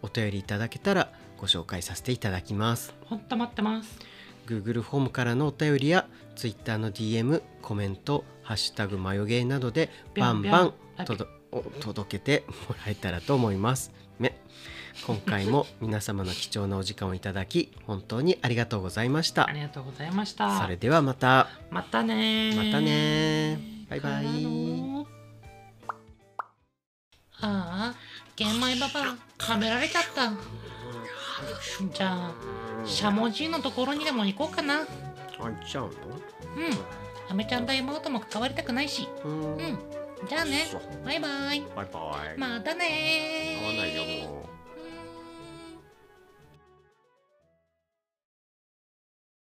Speaker 2: お便りいただけたらご紹介させていただきます
Speaker 3: 本当待ってます。
Speaker 2: Google フォームからのお便りや Twitter の DM コメント「ハッシュタグマヨゲー」などでバンバン
Speaker 3: ビャンビャン
Speaker 2: とどお届けてもらえたらと思いますね今 回も皆様の貴重なお時間をいただき本当にありがとうございました
Speaker 3: ありがとうございました。
Speaker 2: それではまた
Speaker 3: またねー。
Speaker 2: またねーバイバ
Speaker 3: から
Speaker 2: イ
Speaker 3: のー
Speaker 1: ああ玄米パパ食べられちゃったじゃあしゃもじのところにでも行こうかなうん
Speaker 2: あいちゃう
Speaker 1: アメちゃんと妹も関わりたくないし
Speaker 2: のうん
Speaker 1: うんじゃあね
Speaker 2: そう
Speaker 1: バイバイ
Speaker 2: バイバイ
Speaker 1: またねー
Speaker 2: 合わないよもう